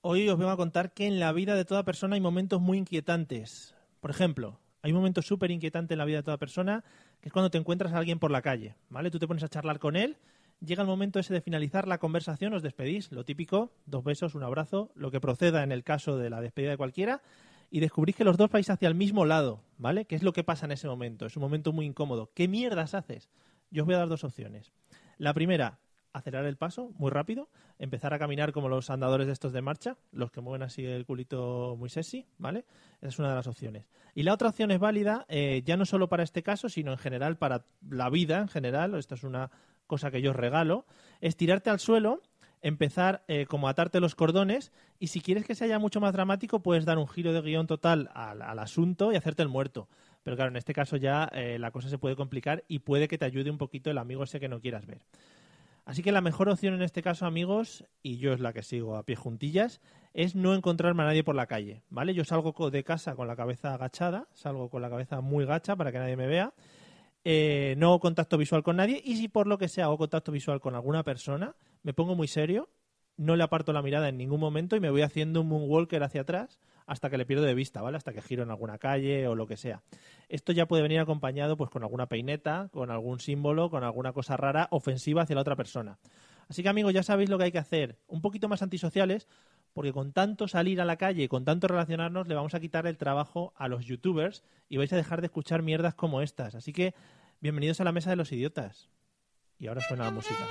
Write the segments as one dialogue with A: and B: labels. A: hoy os vengo a contar que en la vida de toda persona hay momentos muy inquietantes. Por ejemplo, hay un momento súper inquietante en la vida de toda persona, que es cuando te encuentras a alguien por la calle, ¿vale? Tú te pones a charlar con él, llega el momento ese de finalizar la conversación, os despedís, lo típico, dos besos, un abrazo, lo que proceda en el caso de la despedida de cualquiera, y descubrís que los dos vais hacia el mismo lado, ¿vale? ¿Qué es lo que pasa en ese momento? Es un momento muy incómodo. ¿Qué mierdas haces? Yo os voy a dar dos opciones. La primera, acelerar el paso muy rápido, empezar a caminar como los andadores de estos de marcha, los que mueven así el culito muy sexy, ¿vale? Esa es una de las opciones. Y la otra opción es válida, eh, ya no solo para este caso, sino en general para la vida en general, esto es una cosa que yo os regalo, es tirarte al suelo, empezar eh, como a atarte los cordones y si quieres que se haya mucho más dramático, puedes dar un giro de guión total al, al asunto y hacerte el muerto. Pero claro, en este caso ya eh, la cosa se puede complicar y puede que te ayude un poquito el amigo ese que no quieras ver. Así que la mejor opción en este caso, amigos, y yo es la que sigo a pie juntillas, es no encontrarme a nadie por la calle, ¿vale? Yo salgo co- de casa con la cabeza agachada, salgo con la cabeza muy gacha para que nadie me vea, eh, no hago contacto visual con nadie y si por lo que sea hago contacto visual con alguna persona, me pongo muy serio, no le aparto la mirada en ningún momento y me voy haciendo un moonwalker hacia atrás hasta que le pierdo de vista, ¿vale? Hasta que giro en alguna calle o lo que sea. Esto ya puede venir acompañado pues con alguna peineta, con algún símbolo, con alguna cosa rara ofensiva hacia la otra persona. Así que amigos, ya sabéis lo que hay que hacer, un poquito más antisociales, porque con tanto salir a la calle, con tanto relacionarnos, le vamos a quitar el trabajo a los youtubers y vais a dejar de escuchar mierdas como estas. Así que bienvenidos a la mesa de los idiotas. Y ahora suena la música.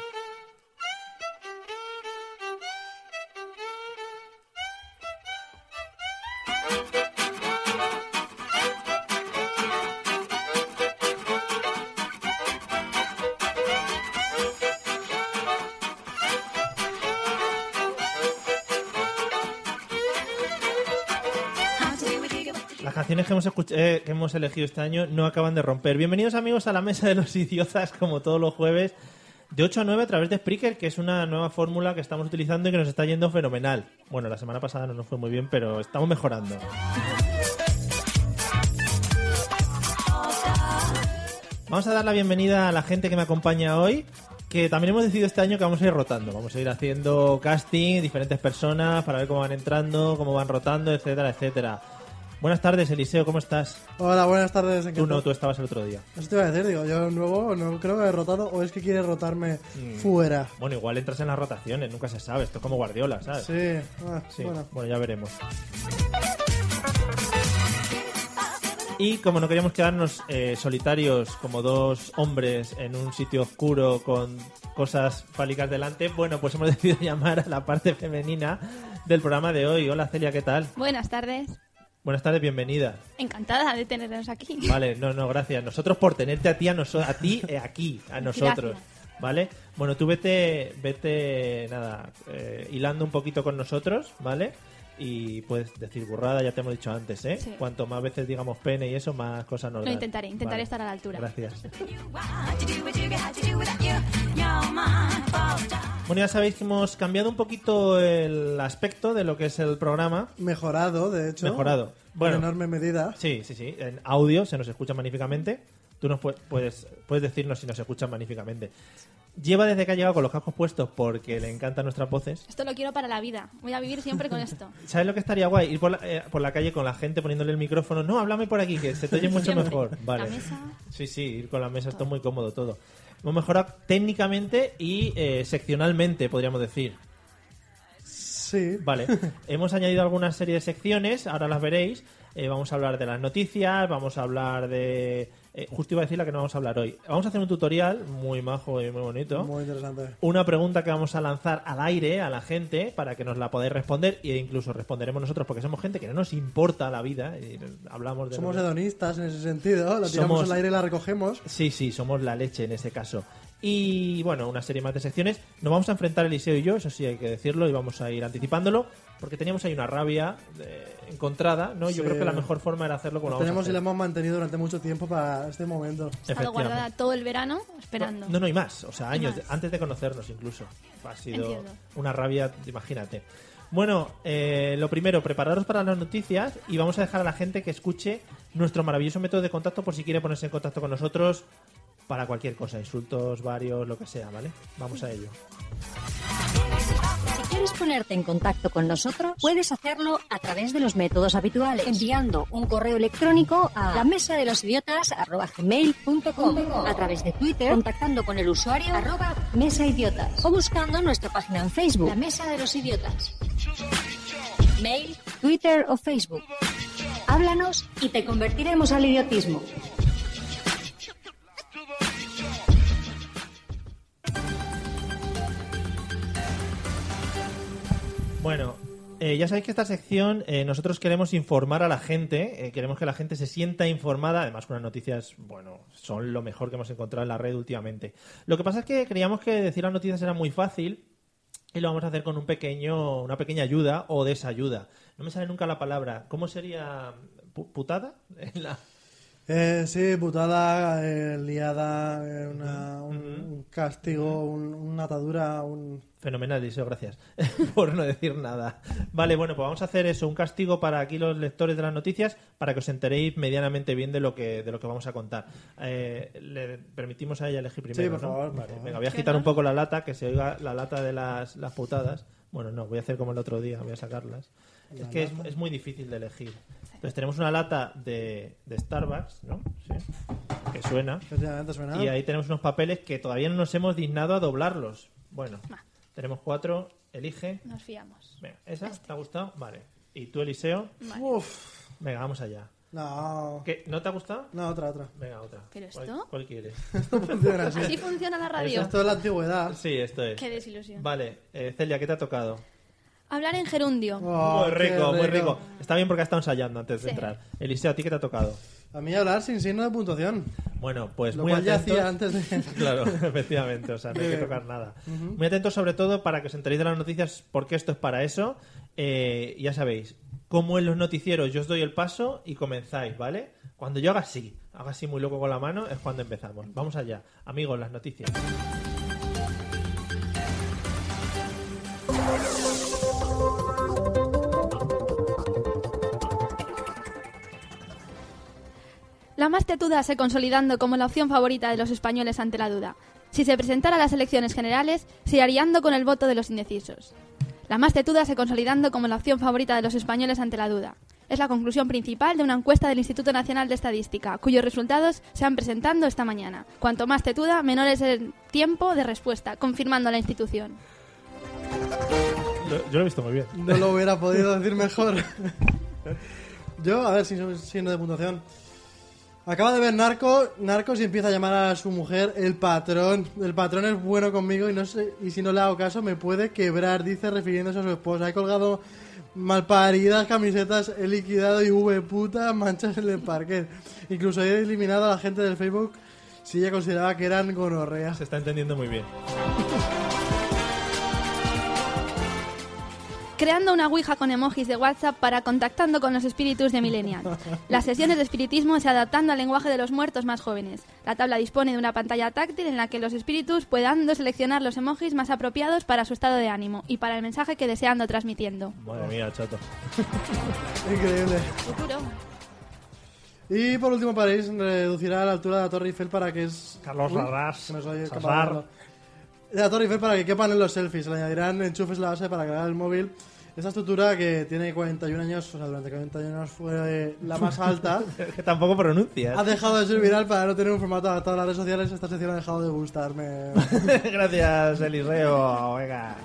A: Las canciones que hemos, escuch- eh, que hemos elegido este año no acaban de romper. Bienvenidos amigos a la mesa de los idiotas, como todos los jueves, de 8 a 9 a través de Spreaker, que es una nueva fórmula que estamos utilizando y que nos está yendo fenomenal. Bueno, la semana pasada no nos fue muy bien, pero estamos mejorando. Vamos a dar la bienvenida a la gente que me acompaña hoy, que también hemos decidido este año que vamos a ir rotando. Vamos a ir haciendo casting, diferentes personas, para ver cómo van entrando, cómo van rotando, etcétera, etcétera. Buenas tardes, Eliseo, ¿cómo estás?
B: Hola, buenas tardes. ¿en qué
A: Tú no, tú
B: estás?
A: estabas el otro día.
B: Eso te iba a decir, digo, yo nuevo no creo que he rotado o es que quiere rotarme
A: Mm.
B: fuera.
A: Bueno, igual entras en las rotaciones, nunca se sabe. Esto es como Guardiola, ¿sabes?
B: Sí, ah,
A: Sí,
B: bueno.
A: bueno, ya veremos. Y como no queríamos quedarnos eh, solitarios como dos hombres en un sitio oscuro con cosas fálicas delante, bueno, pues hemos decidido llamar a la parte femenina del programa de hoy. Hola Celia, ¿qué tal?
C: Buenas tardes.
A: Buenas tardes, bienvenida.
C: Encantada de teneros aquí.
A: Vale, no, no, gracias. Nosotros por tenerte a ti, a, noso- a ti eh, aquí, a nosotros. ¿Vale? Bueno, tú vete, vete, nada, eh, hilando un poquito con nosotros, ¿vale? Y puedes decir burrada, ya te hemos dicho antes, ¿eh?
C: Sí.
A: Cuanto más veces digamos pene y eso, más cosas nos
C: Lo
A: dan.
C: intentaré, intentaré
A: Vale.
C: estar a la altura.
A: Gracias.
D: Gracias.
A: Bueno, ya sabéis que hemos cambiado un poquito el aspecto de lo que es el programa.
B: Mejorado, de hecho.
A: Mejorado. Bueno.
B: En enorme medida.
A: Sí, sí, sí. En audio se nos escucha magníficamente. Tú nos pu- puedes, puedes decirnos si nos escuchan magníficamente. Lleva desde que ha llegado con los cascos puestos porque le encantan nuestras voces.
C: Esto lo quiero para la vida. Voy a vivir siempre con esto.
A: ¿Sabes lo que estaría guay? Ir por la, eh, por la calle con la gente poniéndole el micrófono. No, háblame por aquí, que se te oye mucho
C: Siempre.
A: mejor. Vale.
C: La mesa.
A: Sí, sí, ir con la mesa. Esto es muy cómodo todo. Hemos mejorado técnicamente y eh, seccionalmente, podríamos decir.
B: Sí.
A: Vale, hemos añadido algunas serie de secciones, ahora las veréis. Eh, vamos a hablar de las noticias, vamos a hablar de Eh, justo iba a decir la que no vamos a hablar hoy. Vamos a hacer un tutorial muy majo y muy bonito.
B: Muy interesante.
A: una pregunta que vamos a lanzar al aire a la gente para que nos la podáis responder e incluso responderemos nosotros porque somos gente que no nos importa la vida y hablamos de
B: Somos hedonistas en ese sentido. La tiramos
A: Somos-
B: al aire y la recogemos.
A: Sí, sí, somos la leche en este caso. Y bueno, una serie más de secciones. Nos vamos a enfrentar Eliseo y yo, eso sí hay que decirlo, y vamos a ir anticipándolo, porque teníamos ahí una rabia eh, encontrada, ¿no? Yo
B: Sí.
A: creo que la mejor forma era hacerlo con la
B: Tenemos y la hemos mantenido durante mucho tiempo para este momento.
C: He estado guardada todo el verano esperando.
A: No, no, y más. O sea, años,
C: más.
A: antes de conocernos incluso. Ha sido
C: Entiendo.
A: una rabia, imagínate. Bueno, eh, lo primero, prepararos para las noticias y vamos a dejar a la gente que escuche nuestro maravilloso método de contacto por si quiere ponerse en contacto con nosotros para cualquier cosa, insultos, varios, lo que sea, ¿vale? Vamos a ello.
D: Si quieres ponerte en contacto con nosotros, puedes hacerlo a través de los métodos habituales, enviando un correo electrónico a la mesa de los idiotas a través de Twitter, contactando con el usuario arroba mesa idiotas o buscando nuestra página en Facebook, la mesa de los idiotas. Mail, Twitter o Facebook. Háblanos y te convertiremos al idiotismo.
A: Bueno, eh, ya sabéis que esta sección eh, nosotros queremos informar a la gente, eh, queremos que la gente se sienta informada, además unas noticias, bueno, son lo mejor que hemos encontrado en la red últimamente. Lo que pasa es que creíamos que decir las noticias era muy fácil y lo vamos a hacer con un pequeño, una pequeña ayuda o desayuda. No me sale nunca la palabra. ¿Cómo sería pu- putada? En la-
B: Eh, sí, putada, eh, liada, eh, una- un, un castigo, un- una atadura, un...
A: Fenomenal, Eliseo, gracias por no decir nada. Vale, bueno, pues vamos a hacer eso, un castigo para aquí los lectores de las noticias, para que os enteréis medianamente bien de lo que, de lo que vamos a contar. Eh, le permitimos a ella elegir primero.
B: por
A: ¿no?
B: favor, por
A: Vale,
B: favor.
A: Venga, voy a
C: Qué
A: quitar un
C: raro.
A: poco la lata, que se oiga la lata de las, las putadas. Bueno, no, voy a hacer como el otro día, voy a sacarlas. Es que es, es muy difícil de elegir. Entonces tenemos una lata de, de Starbucks, ¿no? Sí. Que suena.
B: Efectivamente, suena.
A: Y ahí tenemos unos papeles que todavía no nos hemos dignado a doblarlos. Bueno,
C: Va.
A: tenemos cuatro. Elige.
C: Nos fiamos.
A: Venga, ¿esa?
C: Este.
A: ¿Te ha gustado? Vale. ¿Y tú, Eliseo?
C: Vale.
B: Uf,
A: Venga, vamos allá.
B: no,
A: ¿Qué? ¿No te ha gustado?
B: no, otra, otra.
A: Venga, otra.
C: ¿Pero
A: ¿Cuál-
C: esto?
A: ¿Cuál quieres?
B: No funciona así.
C: Así funciona la radio.
B: Esto es la antigüedad.
A: Sí, esto es.
C: Qué desilusión.
A: Vale, eh, Celia, ¿qué te ha tocado?
C: Hablar en gerundio.
B: Oh,
A: muy
B: qué
A: rico, muy rico. Está bien porque ha estado ensayando antes de
C: Sí.
A: entrar. Eliseo, ¿a ti qué te ha tocado?
B: A mí hablar sin signo de puntuación.
A: Bueno, pues
B: Lo
A: muy
B: cual ya
A: atentos.
B: hacía antes de...
A: Claro, efectivamente, o sea, no hay que tocar nada. Muy atentos sobre todo para que os enteréis de las noticias, porque esto es para eso. Eh, ya sabéis, como en los noticieros yo os doy el paso y comenzáis, ¿vale? Cuando yo haga así, haga así muy loco con la mano, es cuando empezamos. Vamos allá, amigos, las noticias.
C: La más tetuda se consolidando como la opción favorita de los españoles ante la duda. Si se presentara a las elecciones generales, se haríando con el voto de los indecisos. La más tetuda se consolidando como la opción favorita de los españoles ante la duda. Es la conclusión principal de una encuesta del Instituto Nacional de Estadística, cuyos resultados se han presentando esta mañana. Cuanto más tetuda, menor es el tiempo de respuesta, confirmando la institución.
A: Lo- yo lo he visto muy bien.
B: No lo hubiera podido decir mejor. Yo, a ver, sin signo de puntuación. Acaba de ver Narco, Narcos y empieza a llamar a su mujer el patrón. El patrón es bueno conmigo y no sé, y si no le hago caso me puede quebrar, dice refiriéndose a su esposa. He colgado malparidas camisetas, he liquidado y V puta manchas en el parquet. Incluso he eliminado a la gente del Facebook si ella consideraba que eran gonorreas.
A: Se está entendiendo muy bien.
C: creando una Ouija con emojis de WhatsApp para contactando con los espíritus de Millennial. Las sesiones de espiritismo se adaptando al lenguaje de los muertos más jóvenes. La tabla dispone de una pantalla táctil en la que los espíritus puedan seleccionar los emojis más apropiados para su estado de ánimo y para el mensaje que desean o transmitiendo.
A: Madre mía, chato.
B: Increíble.
C: Futuro.
B: Y por último, París reducirá la altura de la Torre Eiffel para que es.
A: Carlos
B: Uy,
A: Larraz,
B: que no soy capaz de
A: Sazar.
B: verlo. De la Torre Eiffel para que quepan en los selfies. Le añadirán enchufes a la base para cargar el móvil. Esta estructura que tiene 41 años, o sea, durante 41 años fue eh, la más alta,
A: Que tampoco pronuncias.
B: ha dejado de ser viral para no tener un formato adaptado a las redes sociales. Esta sección ha dejado de gustarme.
A: Gracias, Eliseo. Venga.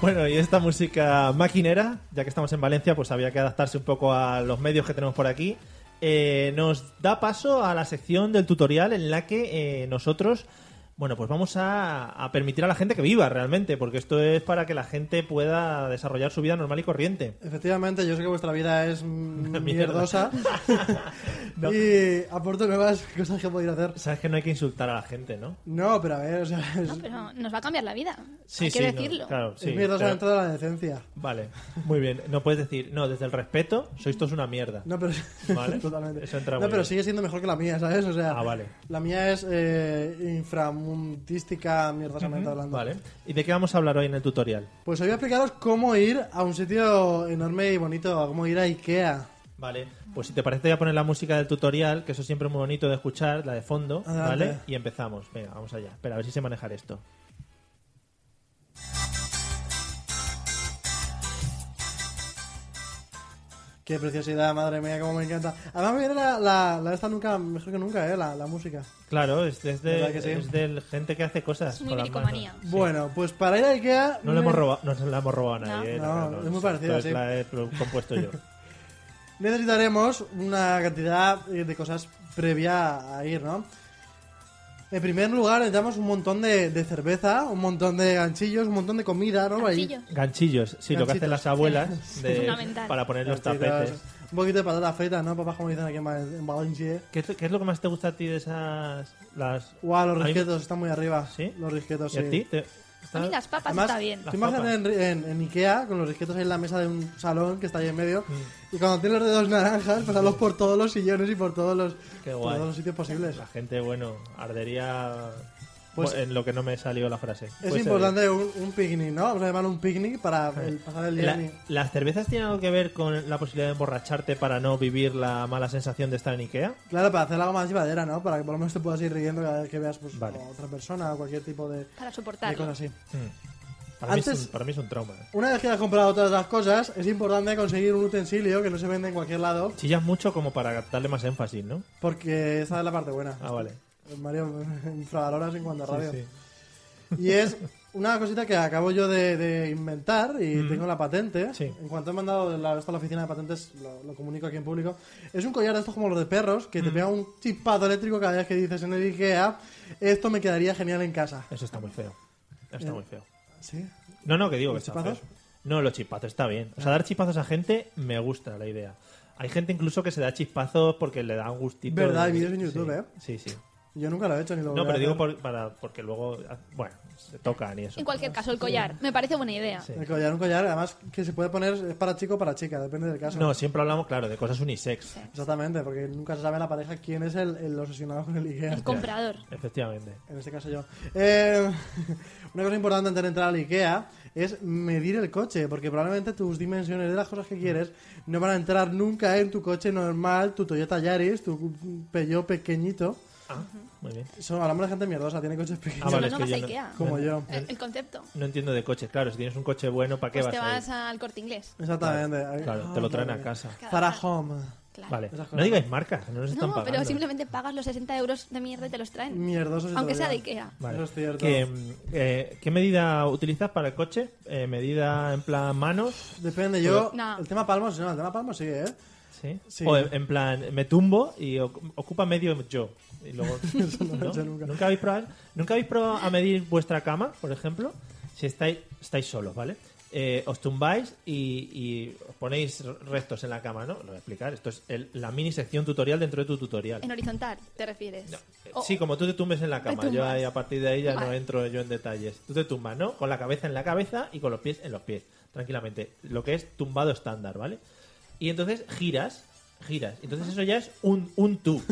A: Bueno, y esta música maquinera, ya que estamos en Valencia, pues había que adaptarse un poco a los medios que tenemos por aquí. Eh, nos da paso a la sección del tutorial en la que eh, nosotros, bueno, pues vamos a, a permitir a la gente que viva realmente, porque esto es para que la gente pueda desarrollar su vida normal y corriente.
B: Efectivamente, yo sé que vuestra vida es mm, mierdosa
A: No.
B: y aporto nuevas cosas que podéis hacer.
A: Sabes que no hay que insultar a la gente, ¿no?
B: No, pero a ver, o sea, es,
C: No, pero nos va a cambiar la vida.
A: Sí,
C: Hay que
A: sí, no,
C: decirlo.
A: claro, sí,
B: es mierdosa
A: pero-
B: dentro de la decencia.
A: Vale, muy bien. No puedes decir, no, desde el respeto, sois todos una mierda.
B: No, pero
A: Vale,
B: totalmente.
A: eso entra
B: no,
A: muy
B: pero
A: bien.
B: sigue siendo mejor que la mía, ¿sabes? O sea,
A: Ah, vale.
B: la mía es eh, inframundística, mierdosamente hablando.
A: Vale. ¿Y de qué vamos a hablar hoy en el tutorial?
B: Pues hoy voy a explicaros cómo ir a un sitio enorme y bonito, cómo ir a Ikea.
A: Vale, pues si te parece voy a poner la música del tutorial, que eso siempre es muy bonito de escuchar, la de fondo,
B: Adelante.
A: ¿vale? Y empezamos. Venga, vamos allá. Espera, a ver si sé manejar esto.
B: Qué preciosidad, madre mía, cómo me encanta. Además me viene la, la, la esta nunca, mejor que nunca, ¿eh? La, la música.
A: Claro, es, es de,
B: ¿Verdad que sí?
A: es del gente que hace cosas.
C: Es una
A: con las manos.
C: bricomanía.
B: Bueno, pues para ir a Ikea...
A: No le hemos robado, no se la hemos robado a nadie. eh,
B: No, es muy
A: esto
B: parecida,
A: es
B: sí.
A: La he pro- compuesto yo.
B: necesitaremos una cantidad eh, de cosas previa a ir, ¿no? En primer lugar, necesitamos un montón de, de cerveza, un montón de ganchillos, un montón de comida, ¿no? Ahí-
C: Ganchillos.
A: Ganchillos, sí, lo que hacen
B: Ganchitos.
A: las abuelas de-
C: Fundamental.
A: para poner los
B: Ganchitos,
A: tapetes.
B: Un poquito de patatas fritas, ¿no? Papás, como dicen aquí en Val- en Valencia.
A: ¿Qué es, qué es lo que más te gusta a ti de esas. Las...
B: Guau,
A: A
B: los
A: mí-
B: risquetos están muy arriba.
A: ¿Sí?
B: Los risquetos,
A: ¿Y
B: Pues sí.
A: a ti? ¿Te-
C: A mí
A: está-
C: las papas
B: Además,
C: está bien.
B: tú imagínate en, en- en Ikea con los risquetos ahí en la mesa de un salón que está ahí en medio.
A: Mm.
B: Y cuando tienes los dedos naranjas, pasarlos por todos los sillones y por todos los,
A: Qué
B: por
A: guay.
B: todos los sitios posibles.
A: La gente, bueno, ardería
B: Pues-
A: en lo que no me salió la frase.
B: Es
A: Puede ser.
B: importante un, un picnic, ¿no? Vamos a llamarlo un picnic para el pasar el día.
A: Eh, La-
B: en-
A: ¿Las cervezas tienen algo que ver con la posibilidad de emborracharte para no vivir la mala sensación de estar en Ikea?
B: Claro, para hacer algo más llevadera, ¿no? Para que por lo menos te puedas ir riendo cada vez que veas pues,
A: Vale.
B: a otra persona o cualquier tipo de,
C: Para
B: de
C: soportarlo.
B: cosa así.
A: Para, mí es
B: Antes-
A: un, para mí es un trauma.
B: Una vez que has comprado todas las cosas, es importante conseguir un utensilio que no se vende en cualquier lado,
A: Chillas mucho como para darle más énfasis, ¿no?
B: porque esa es la parte buena.
A: Ah, vale.
B: Mario, infravaloras en cuanto a
A: Sí,
B: radio.
A: sí.
B: Y es una cosita que acabo yo de, de inventar y tengo la patente.
A: Sí.
B: En cuanto he mandado la, esto a la oficina de patentes, lo, lo comunico aquí en público. Es un collar de estos como los de perros, que te pega un chispado eléctrico cada vez que dices en el IKEA, esto me quedaría genial en casa.
A: Eso está muy feo. Está muy feo.
B: ¿Sí?
A: No, no, que digo que
B: ¿Los
A: está
B: chipazos? Ah.
A: feo. No, los chispazos está bien. O sea, dar chispazos a gente me gusta la idea. Hay gente incluso que se da chispazos porque le da un gustito.
B: Verdad,
A: de-
B: hay vídeos en YouTube,
A: sí,
B: ¿eh?
A: Sí, sí.
B: Yo nunca lo he hecho ni lo
A: No,
B: voy a
A: pero digo
B: hacer.
A: por- para, porque luego, ah, bueno, se tocan y eso.
C: En cualquier caso, el collar. Me parece buena idea.
A: Sí.
B: El collar, un collar, además que se puede poner es para chico o para chica, depende del caso.
A: No, siempre hablamos, claro, de cosas unisex.
B: Exactamente, porque nunca se sabe la pareja quién es el, el obsesionado con el IKEA.
C: El comprador.
A: Efectivamente.
B: En este caso yo. Eh, una cosa importante antes de entrar al IKEA es medir el coche, porque probablemente tus dimensiones de las cosas que quieres no van a entrar nunca en tu coche normal, tu Toyota Yaris, tu Peugeot pequeñito.
A: Ah, muy bien.
B: Son, hablamos de gente mierdosa, tiene coches
A: Ah,
B: pequeños.
A: vale,
C: no,
A: es
C: no
A: que
C: vas
A: yo
C: a Ikea.
B: Como yo.
C: El, el concepto.
A: No entiendo de coches, claro. Si tienes un coche bueno, ¿para qué vas,
C: Pues te
A: a ir?
C: vas al corte inglés.
B: Exactamente. Ahí-
A: Claro, te
B: ah,
A: lo traen
B: madre
A: a
B: mía.
A: casa.
C: Cada-
B: Zara Home.
C: Claro.
A: Vale.
B: Esas cosas.
A: No digáis marcas, no nos están
C: No,
A: pagando.
C: pero simplemente pagas los 60 euros de mierda y te los traen.
B: Mierdosos y
C: Aunque sea de
B: todavía.
C: Ikea.
A: Vale.
B: Eso es cierto.
A: Que, mm, eh, ¿Qué medida utilizas para el coche? Eh, ¿Medida en plan manos?
B: Depende, yo.
C: No.
B: El tema palmos, no, el tema palmos sí, ¿eh?
A: ¿Sí?
B: Sí.
A: O en, en plan, me tumbo y oc- ocupa medio yo. Y luego, ¿no?
B: nunca.
A: habéis probado? ¿Nunca habéis probado a medir vuestra cama, por ejemplo? Si estáis, estáis solos, ¿vale? Eh, os tumbáis y, y os ponéis restos en la cama, ¿no? Lo voy a explicar. Esto es el- la mini sección tutorial dentro de tu tutorial.
C: En horizontal, te refieres.
A: Eh,
C: O-
A: Sí, como tú te tumbes en la
C: Te
A: cama.
C: tumbas.
A: Yo ahí, a partir de ahí ya no
C: Vale.
A: entro yo en detalles. Tú te tumbas, ¿no? Con la cabeza en la cabeza y con los pies en los pies, tranquilamente. Lo que es tumbado estándar, ¿vale? Y entonces giras, giras. Entonces eso ya es un, un tú,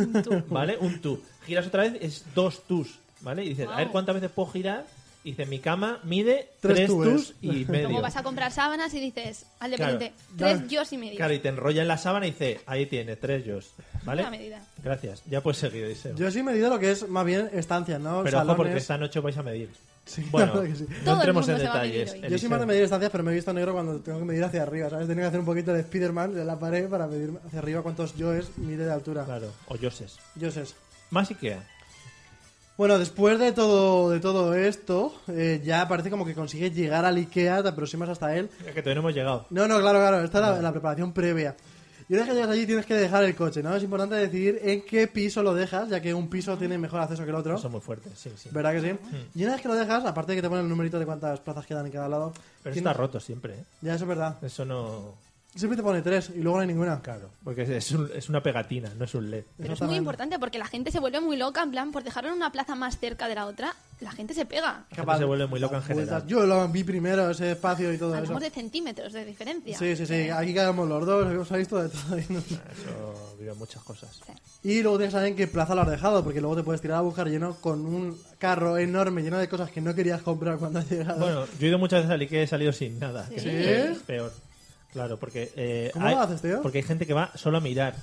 A: ¿vale? Un tú. Giras otra vez, es dos tus, ¿vale? Y dices, a ver
C: Wow.
A: cuántas veces puedo girar. Y dices, mi cama mide
B: Tres
A: tres,
B: túes.
A: tus y medio.
C: Como vas a comprar sábanas y dices al
A: Claro.
C: dependiente,
B: Dame-
C: tres yos y medio.
A: Claro, y te enrolla en la sábana y dice, ahí tiene, tres yo, ¿vale?
C: Buena medida.
A: Gracias. Ya puedes seguir, dice.
B: Yo sí he medido lo que es más bien estancias, ¿no?
A: Pero ojo, porque
B: Salones.
A: esta noche vais a medir.
B: Sí,
A: bueno,
B: claro que sí.
A: no
C: Todo el
A: entremos en
C: mundo se va a medir
A: detalles.
C: hoy.
B: Yo soy
A: Eliseo.
B: más de medir distancias, pero me he visto negro cuando tengo que medir hacia arriba, ¿sabes? Tenía que hacer un poquito de Spiderman de la pared para medir hacia arriba cuántos yoes mide de altura.
A: Claro, o Joses.
B: Yoses.
A: Más Ikea.
B: Bueno, después de todo, de todo esto, eh, ya parece como que consigues llegar al Ikea, te aproximas hasta él.
A: Es que todavía no hemos llegado.
B: No, no, claro, claro, esta es la, la preparación previa. Y una vez que llegas allí tienes que dejar el coche, ¿no? Es importante decidir en qué piso lo dejas, ya que un piso tiene mejor acceso que el otro.
A: Son muy fuertes, sí, sí.
B: ¿Verdad que sí? Y una vez que lo dejas, aparte de que te ponen el numerito de cuántas plazas quedan en cada lado.
A: Pero
B: tiene-
A: está roto siempre, ¿eh?
B: Ya, eso es verdad.
A: Eso no...
B: Siempre te pone tres y luego no hay ninguna.
A: Claro, porque es- es, un- es una pegatina, no es un LED.
C: Pero es muy importante porque la gente se vuelve muy loca, en plan, por dejarlo en una plaza más cerca de la otra, la gente se pega.
A: La gente se vuelve muy loca en
B: Las vueltas.
A: general.
B: Yo lo vi primero, ese espacio y todo eso.
C: Hablamos de centímetros de diferencia.
B: Sí, sí, sí. Aquí quedamos los dos, hemos visto de todo.
A: Eso vive muchas cosas.
B: Y luego tienes que saber en qué plaza lo has dejado, porque luego te puedes tirar a buscar lleno con un carro enorme lleno de cosas que no querías comprar cuando has llegado.
A: Bueno, yo he ido muchas veces al Ikea y he salido sin nada. que
B: ¿Sí?
A: es peor. Claro, porque... eh,
B: ¿Cómo
A: hay-
B: lo haces, tío?
A: Porque hay gente que va solo a mirar.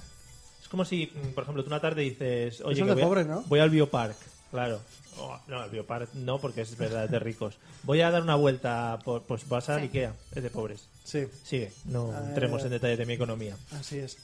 A: Es como si, mm, por ejemplo, tú una tarde dices... Oye,
B: Eso
A: que
B: es de
A: voy, a-
B: pobre, ¿no?
A: voy al Biopark. Claro. Oh, no, al Biopark no, porque es verdad, es de ricos. Voy a dar una vuelta, por, pues vas al Ikea, es de pobres.
B: sí,
A: Sigue, no
B: Ah,
A: entremos
B: eh,
A: en detalles de mi economía.
B: así es.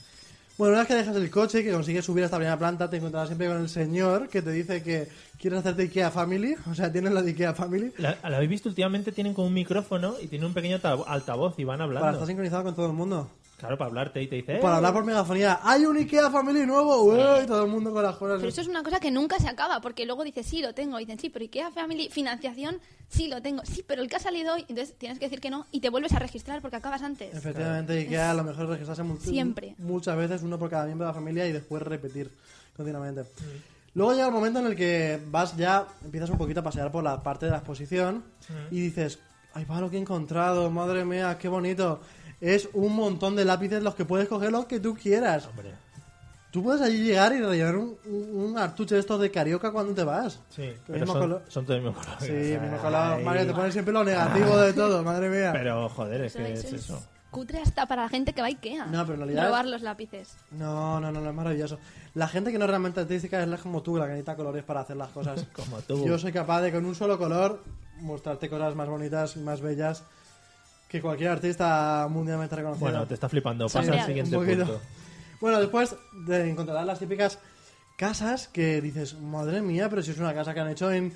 B: Bueno, una vez que dejas el coche y que consigues subir hasta la primera planta, te encontrarás siempre con el señor que te dice que quieres hacerte IKEA Family, o sea, tienes la de IKEA Family,
A: La, ¿la habéis visto últimamente? Tienen como un micrófono y tienen un pequeño alta- altavoz y van
B: para
A: hablando.
B: estar sincronizado con todo el mundo.
A: Claro, para hablarte y te dice... "Eh,
B: Para hablar por megafonía, ¡hay un IKEA Family nuevo! ¡Ué! Y todo el mundo con las cosas.
C: Pero eso es una cosa que nunca se acaba, porque luego dices, sí, lo tengo. Y dicen, sí, pero IKEA Family, financiación, sí, lo tengo. Sí, pero el que ha salido hoy, entonces tienes que decir que no y te vuelves a registrar porque acabas antes.
B: Efectivamente, IKEA a lo mejor registrarse mu-
C: Siempre.
B: muchas veces, uno por cada miembro de la familia y después repetir continuamente.
A: Mm.
B: Luego llega el momento en el que vas ya, empiezas un poquito a pasear por la parte de la exposición
A: Mm.
B: y dices, ay, va lo que he encontrado, madre mía, qué bonito. Es un montón de lápices los que puedes coger los que tú quieras.
A: Hombre,
B: Tú puedes allí llegar y rellenar un, un, un artuche de estos de carioca cuando te vas.
A: sí,
B: El
A: pero
B: mismo
A: son,
B: color.
A: son todos mismo color.
B: Sí,
A: Ay, Ah.
B: mismo color. Mario, te pones siempre lo negativo de todo, madre mía.
A: Pero, joder, es
C: Eso-
A: que es
C: eso es
A: eso.
C: Cutre hasta para la gente que va a IKEA.
B: No, pero en realidad-
C: Probar los lápices.
B: No, no, no, no, es maravilloso. La gente que no es realmente artística es la como tú, la que necesita colores para hacer las cosas.
A: Como tú.
B: Yo soy capaz de con un solo color mostrarte cosas más bonitas y más bellas que cualquier artista mundialmente reconocido.
A: Bueno, te está flipando.
C: Son
A: Pasa al
C: reales.
A: siguiente
B: Un poquito.
A: punto.
B: Bueno, después de encontrarás las típicas casas que dices, madre mía, pero si es una casa que han hecho en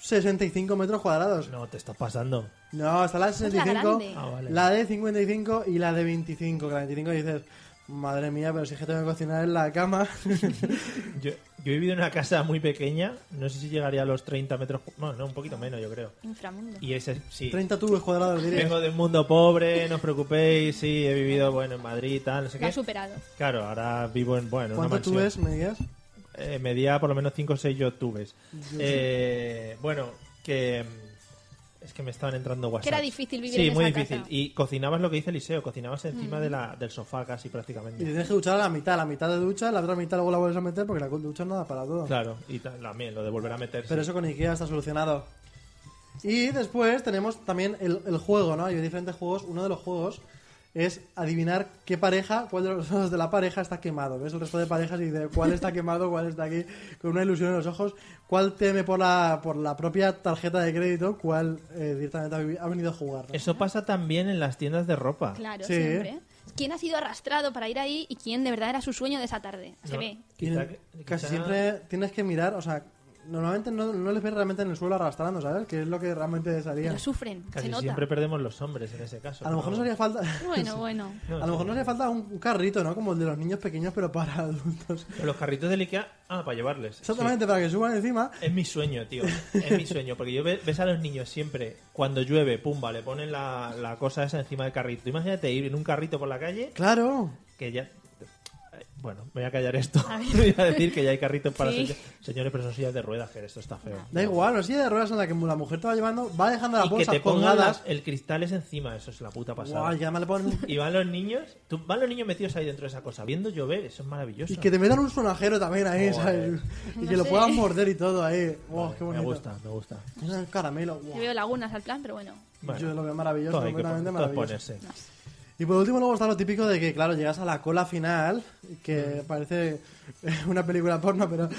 B: 65 metros cuadrados.
A: No, te está pasando.
B: No, está la de
C: es la
B: 65,
C: grande.
A: Ah, vale.
B: la de 55 y la de 25. Que la de 25 dices, madre mía, pero si es que tengo que cocinar en la cama.
A: Yo, yo he vivido en una casa muy pequeña. No sé si llegaría a los 30 metros. cu- No, no, un poquito menos, yo creo.
C: Inframundo.
A: Y ese, sí.
B: 30 tubos cuadrados, diría.
A: Vengo de un mundo pobre, no os preocupéis. Sí, he vivido, bueno, en Madrid y tal, no sé
C: Lo
A: qué.
C: has superado.
A: Claro, ahora vivo en, bueno, en una
B: ¿Cuánto
A: mansión.
B: tubes me dirías?
A: Eh, medía por lo menos 5 o 6 youtubers. Eh, bueno, que. mm, Es que me estaban entrando WhatsApp.
C: Que era difícil vivir
A: Sí,
C: en
A: muy
C: esa
A: difícil.
C: casa. Mm.
A: Y cocinabas lo que dice Eliseo, cocinabas encima de la, del sofá casi
B: Y te
A: prácticamente.
B: tienes que duchar a la mitad, la mitad de ducha, la otra mitad luego la vuelves a meter porque la ducha no da para todo.
A: Claro, y ta- también lo de volver a meterse.
B: Pero eso con Ikea está solucionado. Y después tenemos también el, el juego, ¿no? Hay diferentes juegos. Uno de los juegos es adivinar qué pareja, cuál de los dos de la pareja está quemado. ¿Ves el resto de parejas y de cuál está quemado, cuál está aquí, con una ilusión en los ojos, cuál teme por la, por la propia tarjeta de crédito, cuál eh, directamente ha, vi- ha venido a jugar. ¿no?
A: Eso pasa también en las tiendas de ropa.
C: Claro,
B: Sí.
C: siempre. ¿Quién ha sido arrastrado para ir ahí y quién de verdad era su sueño de esa tarde? Se
A: No,
C: ve.
B: Y
A: quizá-
B: casi
A: quizá-
B: siempre tienes que mirar, o sea, normalmente no, no les ves realmente en el suelo arrastrando, ¿sabes? Que es lo que realmente salía.
C: Pero sufren, se
A: Casi
C: nota.
A: siempre perdemos los hombres en ese caso.
B: A lo mejor nos haría falta...
C: Bueno, bueno.
B: a lo mejor nos haría falta un, un carrito, ¿no? Como el de los niños pequeños, pero para adultos.
A: Pero Los carritos de Ikea, ah, para llevarles.
B: Exactamente, para que suban encima.
A: Sí. Es mi sueño, tío. Es mi sueño. Porque yo ve- ves a los niños siempre, cuando llueve, pumba, le ponen la, la cosa esa encima del carrito. Tú Imagínate ir en un carrito por la calle,
B: Claro.
A: que ya. Ay, Bueno, me voy a callar esto. voy a decir que ya hay carritos para
C: Sí.
A: señor- señores, pero son sillas de ruedas, que esto está feo.
B: Da igual, una silla de ruedas en la que la mujer te va llevando, va dejando las
A: Y que
B: bolsas
A: te pongan eh,
B: colgadas.
A: las- el cristal es encima, eso es la puta pasada.
B: Guau, y además le ponen-
A: Y van los niños, tú- van los niños metidos ahí dentro de esa cosa, viendo llover, eso es maravilloso.
B: Y que te metan un sonajero también ahí,
A: Joder.
B: ¿sabes? Y
C: No
B: que lo
C: sé.
B: puedan morder y todo ahí. Wow, Oh, qué bonito.
A: Me gusta, me gusta.
B: Es un caramelo. guau.
C: Te veo lagunas al plan, pero bueno.
A: Bueno,
B: Yo lo veo
A: todo
B: maravilloso,
A: hay que pon-
B: completamente
A: todo es
B: maravilloso.
A: ponerse.
B: Y por último, luego está lo típico de que, claro, llegas a la cola final, que parece eh, una película porno, pero.
A: Mm.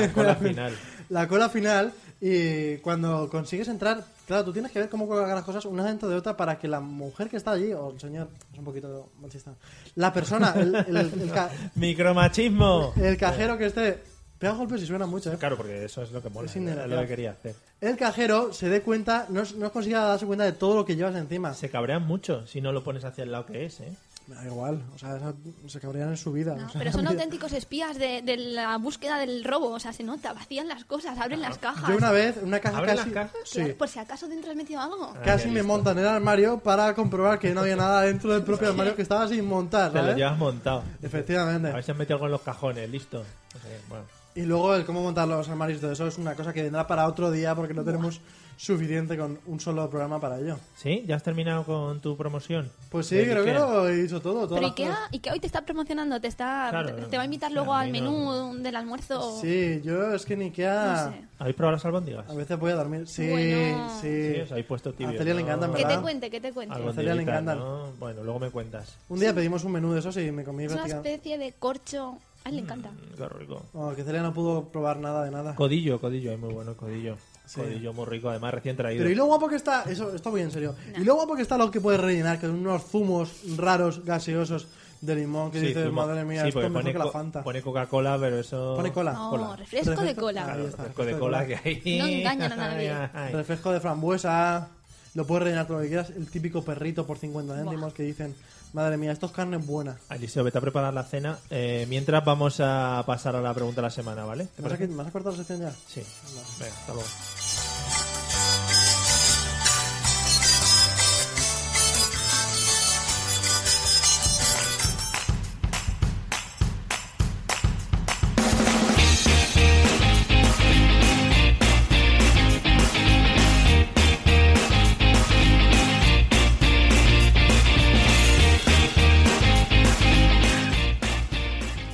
A: la cola final.
B: La cola final, y cuando consigues entrar, claro, tú tienes que ver cómo colocar las cosas una dentro de otra para que la mujer que está allí, o el señor, es un poquito machista, la persona, el, el- el ca-
A: Micromachismo.
B: el cajero que esté Pega golpes y suena mucho, ¿eh?
A: Claro, porque eso es lo que mola.
B: Es innegable.
A: lo que quería hacer.
B: El cajero se dé cuenta, no, es- no es consigue darse cuenta de todo lo que llevas encima.
A: Se cabrean mucho si no lo pones hacia el lado que es, ¿eh?
B: Me da igual, o sea, esa- se cabrían en su vida.
C: No,
B: o sea,
C: pero son
B: mira.
C: auténticos espías de, de la búsqueda del robo. O sea, se nota, vacían las cosas, abren las cajas.
B: Yo una vez, en una caja
A: ¿Abren
B: casi.
A: las cajas?
B: Sí. Eh,
C: Claro, Por si acaso dentro has metido algo.
B: Casi
A: qué
B: me
A: listo.
B: montan el armario para comprobar que no había nada dentro del propio armario que estaba sin montar.
A: Te lo
B: ¿sabes?
A: llevas montado. A ver
B: Efectivamente.
A: si has metido algo en los cajones, listo. No sé, bueno.
B: Y luego el cómo montar los armarios y todo eso es una cosa que vendrá para otro día porque no tenemos suficiente con un solo programa para ello.
A: ¿Sí? ¿Ya has terminado con tu promoción?
B: Pues sí,
A: De
B: creo que
A: Ikea.
B: lo he dicho todo. todas
C: Pero
B: las
C: Ikea,
B: cosas. eh,
C: Ikea hoy te está promocionando, te está
A: Claro,
C: te,
A: no.
C: te va a invitar
A: Sí,
C: luego
A: a
C: al
A: mí
C: menú
A: no.
C: del almuerzo.
B: Sí, yo es que en Ikea
C: No sé.
A: ¿Habéis probado las albóndigas?
B: a veces voy a dormir. Sí,
C: Bueno.
B: sí.
A: Sí, os habéis puesto tibio.
B: A Celia le encantan,
C: Que
B: ¿verdad?
C: te cuente, que te cuente.
B: Algo. Celia le encantan.
A: ¿no? Bueno, luego me cuentas.
B: Un día pedimos un menú de esos y me comí
C: Es una
B: prácticamente...
C: especie de corcho. A él le encanta.
A: Mm, Qué rico.
B: Oh, que Celia no pudo probar nada de nada.
A: Codillo, codillo, es muy bueno el codillo.
B: Sí.
A: Codillo muy rico, además recién traído.
B: Pero y lo guapo que está, eso está muy en serio. Y lo guapo que está lo que puedes rellenar, que son unos zumos raros, gaseosos de limón, que
A: Sí,
B: dices,
A: zumo.
B: madre mía,
A: Sí,
B: esto
A: porque
B: es mejor
A: pone
B: que la
A: co-
B: Fanta.
A: Pone Coca-Cola, pero eso...
B: Pone cola.
C: No, refresco de cola.
B: Ahí
A: Ah, Claro,
B: está,
A: refresco de cola que hay.
C: No engañan a nadie.
A: Ay, ay, ay.
B: Refresco de frambuesa, lo puedes rellenar con lo que quieras. El típico perrito por 50 céntimos que dicen, madre mía, esto es carne buena.
A: Eliseo, vete a preparar la cena. Eh, mientras vamos a pasar a la pregunta de la semana, ¿vale?
B: ¿Te vas a, ¿Me vas a cortar la sección ya?
A: Sí. Venga, hasta luego.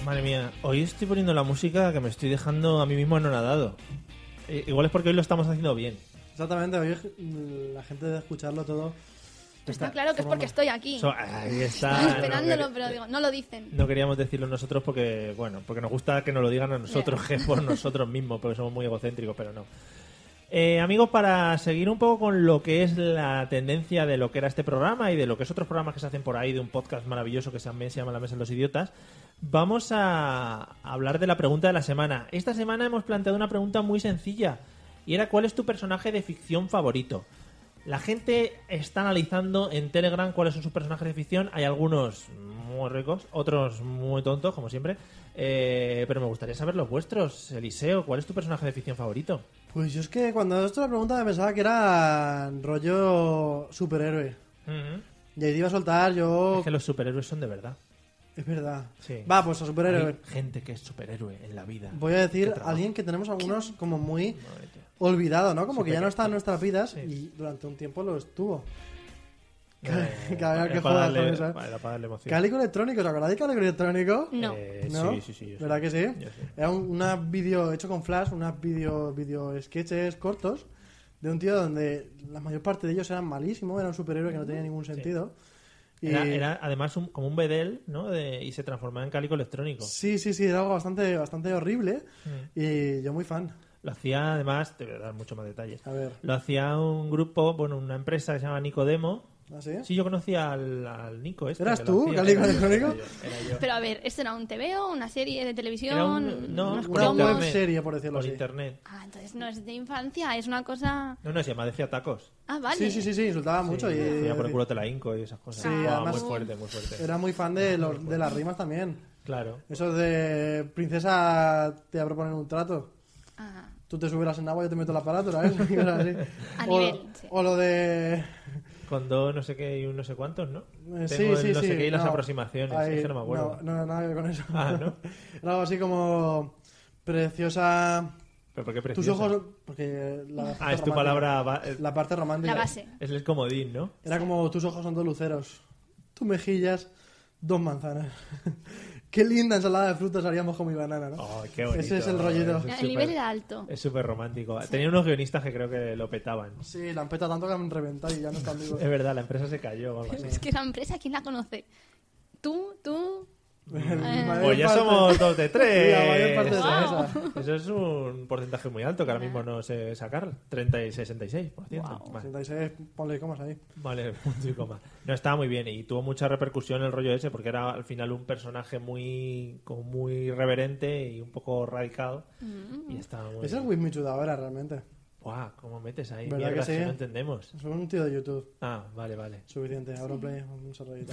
A: Madre mía, hoy estoy poniendo la música que me estoy dejando a mí mismo anonadado. Eh, igual es porque hoy lo estamos haciendo bien.
B: Exactamente, oye, la gente debe escucharlo todo.
C: Está claro que es porque estoy aquí.
A: So- ahí está.
C: Estaba
A: No
C: esperándolo,
A: quer-
C: pero digo, no lo dicen.
A: No queríamos decirlo nosotros porque, bueno, porque nos gusta que nos lo digan a nosotros, que por nosotros mismos, porque somos muy egocéntricos, pero no. Eh, amigos, para seguir un poco con lo que es la tendencia de lo que era este programa y de lo que es otros programas que se hacen por ahí, de un podcast maravilloso que se llama- se llama La Mesa de los Idiotas, vamos a hablar de la pregunta de la semana. Esta semana hemos planteado una pregunta muy sencilla y era ¿cuál es tu personaje de ficción favorito? La gente está analizando en Telegram cuáles son sus personajes de ficción. Hay algunos muy ricos, otros muy tontos, como siempre. Eh, pero me gustaría saber los vuestros. Eliseo, ¿cuál es tu personaje de ficción favorito?
B: Pues yo es que cuando esto la pregunta me pensaba que era rollo superhéroe. Y ahí te iba a soltar yo...
A: Es que los superhéroes son de verdad.
B: Es verdad.
A: Sí.
B: Va, pues a superhéroe.
A: Hay gente que es superhéroe en la vida.
B: Voy a decir
A: trabajo.
B: alguien que tenemos algunos como muy
A: Madre mía.
B: olvidado, ¿no? Como que ya
A: Superhéroe.
B: no está en nuestras vidas
A: Sí.
B: y durante un tiempo lo estuvo.
A: Eh,
B: Que había
A: era
B: que
A: para
B: joder
A: darle-
B: con eso, ¿eh?
A: Era para darle emoción.
B: Cálico electrónico, ¿os acordáis de Cálico electrónico?
C: No.
A: Eh,
B: ¿No?
A: Sí, sí, sí. yo
B: ¿Verdad
A: sé.
B: que sí?
A: Yo sé.
B: Era un una vídeo hecho con flash, unas vídeo video sketches cortos de un tío donde la mayor parte de ellos eran malísimos, era un superhéroe que no tenía ningún sentido. Y-
A: Mm, Era, era, además un- como un bedel, ¿no? De- y se transformaba en cálico electrónico.
B: Sí, sí, sí, era algo bastante, bastante horrible
A: Mm.
B: y yo muy fan.
A: Lo hacía, además, te voy a dar mucho más detalles.
B: A ver,
A: Lo hacía un grupo, bueno, una empresa que se llama Nicodemo.
B: ¿así?
A: Sí, yo conocía al, al Nico. Este,
B: ¿Eh? ¿Eras
A: que lo
B: tú,
A: hacía.
B: Cálico
A: Era yo,
B: Electrónico?
A: Era yo. era yo.
C: Pero a ver, ¿esto era un TVO, una serie de televisión?
A: Era un- no,
C: unos
A: por
B: Una
C: cromos?
B: web
A: internet.
B: serie, por decirlo
A: Por
B: así.
A: internet.
C: Ah, entonces no es de infancia, es una cosa...
A: No, no, se llama Decía Tacos.
C: Ah, vale.
B: Sí, sí, sí, sí, insultaba mucho y...
A: Hacía por el culo te la inco y esas cosas.
B: Sí,
A: Ah,
B: además-
A: muy fuerte, muy fuerte.
B: Era muy fan de, los, de las rimas también.
A: Claro.
B: Eso de princesa te va a proponer un trato.
C: Ah,
B: Tú te subirás en agua, yo te meto la parátula, ¿eh? Y cosas así.
C: A
B: o,
C: nivel, sí.
B: o lo de...
A: Con dos no sé qué y un no sé cuántos, ¿no?
B: eh,
A: Tengo
B: sí,
A: el
B: sí,
A: no
B: sí.
A: sé qué y las
B: no,
A: aproximaciones.
B: ahí,
A: es que no me acuerdo.
B: No, no, nada que ver con eso.
A: Ah, ¿no?
B: Era algo así como... Preciosa...
A: Pero ¿por qué
B: Tus
A: preciosa?
B: ojos... Porque la
A: Ah,
B: parte
A: es tu
B: romántica-
A: palabra... va- eh,
B: La parte romántica.
C: la base.
A: Es el comodín, ¿no?
B: Era como tus ojos son dos luceros, tus mejillas, dos manzanas. Qué linda ensalada de frutas haríamos con mi banana, ¿no?
A: Oh, qué bonito.
B: Ese es el rollito.
A: Ese es
C: El nivel
A: súper-
C: era alto.
A: Pues Es súper romántico. Tenía unos guionistas que creo que lo petaban.
B: Sí, la han petado tanto que han reventado y ya no
A: Eh,
B: están vivos.
A: Es verdad, la empresa se cayó o algo así.
C: Es que esa empresa, ¿quién la conoce? Tú, tú...
A: Pues ya somos dos de tres.
B: La mayor parte de esa.
A: Eso es un porcentaje muy alto que ahora mismo no sé sacar. 30 y 66%. Vale.
B: 66, ponle comas ahí.
A: Vale, punto y coma. No, estaba muy bien y tuvo mucha repercusión el rollo ese porque era al final un personaje muy como muy irreverente y un poco radicado
C: Mm.
A: y estaba muy
B: Es el
A: bien.
B: With Me Today ahora, realmente.
A: Buah, ¿cómo metes ahí?
B: ¿Verdad que
A: Mierdas
B: sí?
A: no entendemos.
B: Soy un tío de YouTube.
A: Ah, vale, vale.
B: Suficiente, Auronplay, un saludito.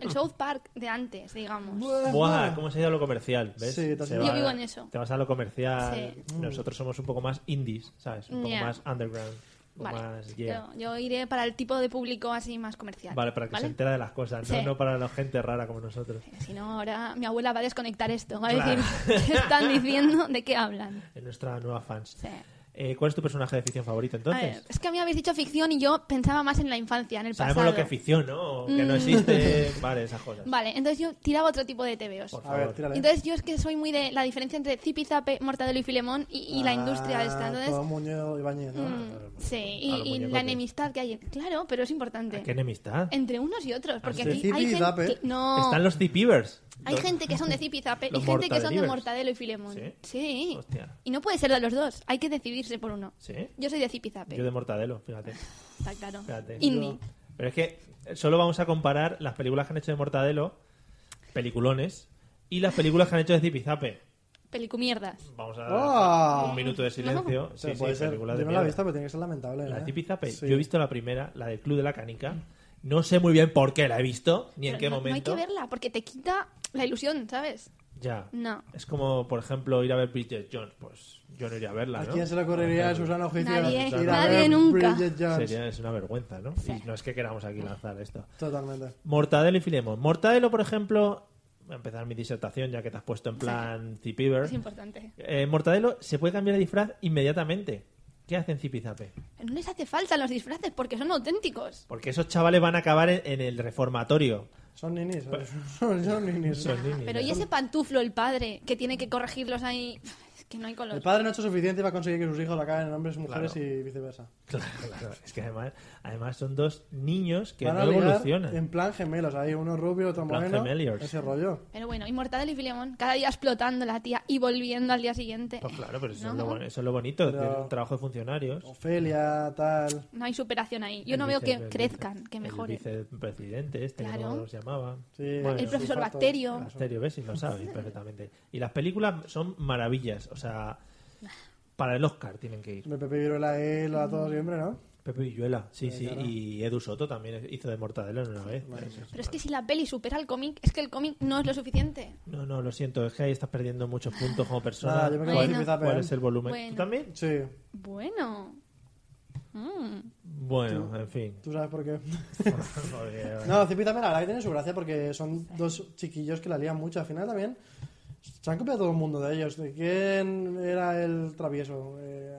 C: El South Park de antes, digamos.
A: Buah, ¿cómo se ha ido a lo comercial? ¿Ves?
B: Sí, Mm. te has
A: Se
B: ido.
C: Yo
A: va-
C: vivo en eso.
A: Te vas a lo comercial.
C: Sí.
A: Nosotros somos un poco más indies, ¿sabes? Un poco
C: Ya.
A: más underground. un poco
C: Vale.
A: Más yeah.
C: Yo, yo iré para el tipo de público así más comercial.
A: Vale, para que se entera de las cosas, no,
C: Sí.
A: no para la gente rara como nosotros.
C: Si no, ahora mi abuela va a desconectar esto. Va a
A: Claro.
C: decir, ¿qué están diciendo? ¿De qué hablan?
A: Es nuestra nueva fans.
C: Sí.
A: Eh, ¿Cuál es tu personaje de ficción favorito
C: A ver,
A: entonces?
C: Eh, es que a mí habéis dicho ficción y yo pensaba más en la infancia, en el
A: Sabemos
C: pasado. Mm.
A: lo que es ficción, ¿no? Que no existe. vale, esas cosas.
C: Vale, entonces yo tiraba otro tipo de TVOs.
A: Por
B: A ver,
A: favor.
B: tírale.
C: Entonces yo es que soy muy de la diferencia entre Zipizape, Mortadelo y Filemón y, y la industria esta.
B: Ah, Todo
C: Entonces,
B: Muñoz Ibáñez, ¿no?
C: mm, sí, y,
A: a los
C: y
A: muñecos
C: la
A: de-
C: enemistad que hay. Claro, pero es
A: ¿A ¿Qué
C: importante.
A: enemistad?
C: Entre unos y otros, porque
A: sí.
C: aquí
B: Zipi
C: hay
B: y
C: gente...
B: Zape.
C: que- No,
A: Están los Deepivers.
C: hay gente que son de Zipizape y
A: los
C: gente que son de
A: mortadelivers.
C: Mortadelo y Filemón.
A: ¿Sí?
C: Sí.
A: Hostia.
C: Y no puede ser de los dos, hay que decidirse por uno.
A: ¿Sí?
C: Yo soy de Zipizape,
A: Yo de Mortadelo, fíjate.
C: está claro.
A: Fíjate.
C: Indie.
A: Pero es que solo vamos a comparar las películas que han hecho de Mortadelo, peliculones, y las películas que han hecho de Zipizape.
C: Pelicumierdas.
A: Vamos a dar
B: Ah.
A: un minuto de silencio. Sí,
B: Pero
A: sí,
B: puede ser-
A: películas de
B: Yo no la he
A: mierda.
B: visto, pero tiene que ser lamentable.
A: La
B: ¿eh?
A: Zipizape.
B: Sí.
A: Yo he visto la primera, la del Club de la Canica. No sé muy bien por qué la he visto, ni en
C: Pero
A: qué
C: no,
A: momento.
C: No hay que verla porque te quita la ilusión, ¿sabes?
A: Ya.
C: No.
A: Es como, por ejemplo, ir a ver Bridget Jones. Pues yo no iría a verla,
B: ¿A
A: ¿no?
B: quién se le ocurriría a Susana Ojicio?
C: Nadie,
B: ir a ver
C: nadie nunca.
B: Bridget Jones?
A: Sería- es una vergüenza, ¿no? Y no es que queramos aquí lanzar esto.
B: Totalmente.
A: Mortadelo y Filemón. Mortadelo, por ejemplo... Voy a empezar mi disertación ya que te has puesto en plan Zipiver.
C: Es importante.
A: Eh, Mortadelo se puede cambiar de disfraz inmediatamente. ¿Qué hacen Zipizape?
C: No les hace falta los disfraces porque son auténticos.
A: Porque esos chavales van a acabar en, en el reformatorio.
B: Son ninis. ¿eh? Son, son ninis.
A: Son niños.
C: Pero ¿y ese pantuflo, el padre, que tiene que corregirlos ahí? Es que no hay color.
B: El padre no ha hecho suficiente para conseguir que sus hijos la caen en hombres, mujeres
A: Claro.
B: y viceversa.
A: Claro, claro. Es que además, además son dos niños que
B: Van a
A: no
B: ligar
A: evolucionan.
B: En plan gemelos, ahí uno rubio, otro
A: plan
B: moreno.
A: gemeliers.
B: Ese rollo.
C: Pero bueno, y Mortadelo y Filemón, cada día explotando la tía y volviendo al día siguiente.
A: Pues claro, pero eso,
C: No.
A: es, lo, bueno- eso es lo bonito
B: Pero-
A: del trabajo de funcionarios.
B: Ofelia, tal.
C: No hay superación ahí. Yo
A: El
C: no veo
A: vice-
C: que
A: el
C: crezcan,
A: vice-
C: que mejoren.
A: El vicepresidente, este que
C: Claro.
A: no los llamaba.
B: Sí,
C: El profesor
B: infarto.
C: Bacterio.
A: El Asterio, ¿ves? Y lo sabéis perfectamente. Y las películas son maravillas. O sea, para el Oscar tienen que ir.
B: De Pepe Viruela y lo a todos siempre, ¿no?
A: Pepe Villuela, sí, sí. Y Edu Soto también hizo de Mortadelo en una vez.
C: Pero es que si la peli supera al cómic, es que el cómic no es lo suficiente.
A: No, no, lo siento. Es que ahí estás perdiendo muchos puntos como persona.
B: Nada, yo me quedo
C: Bueno.
B: con Zipizape,
A: ¿Cuál
B: ¿eh?
A: es el volumen?
C: Bueno.
A: ¿Tú también?
B: Sí,
C: Bueno. Mm.
A: Bueno, en fin.
B: tú sabes por qué.
A: Joder,
B: No, Zipizape la verdad que tiene su gracia porque son dos chiquillos que la lían mucho. Al final también se han copiado todo el mundo de ellos. ¿De quién era el travieso? Eh,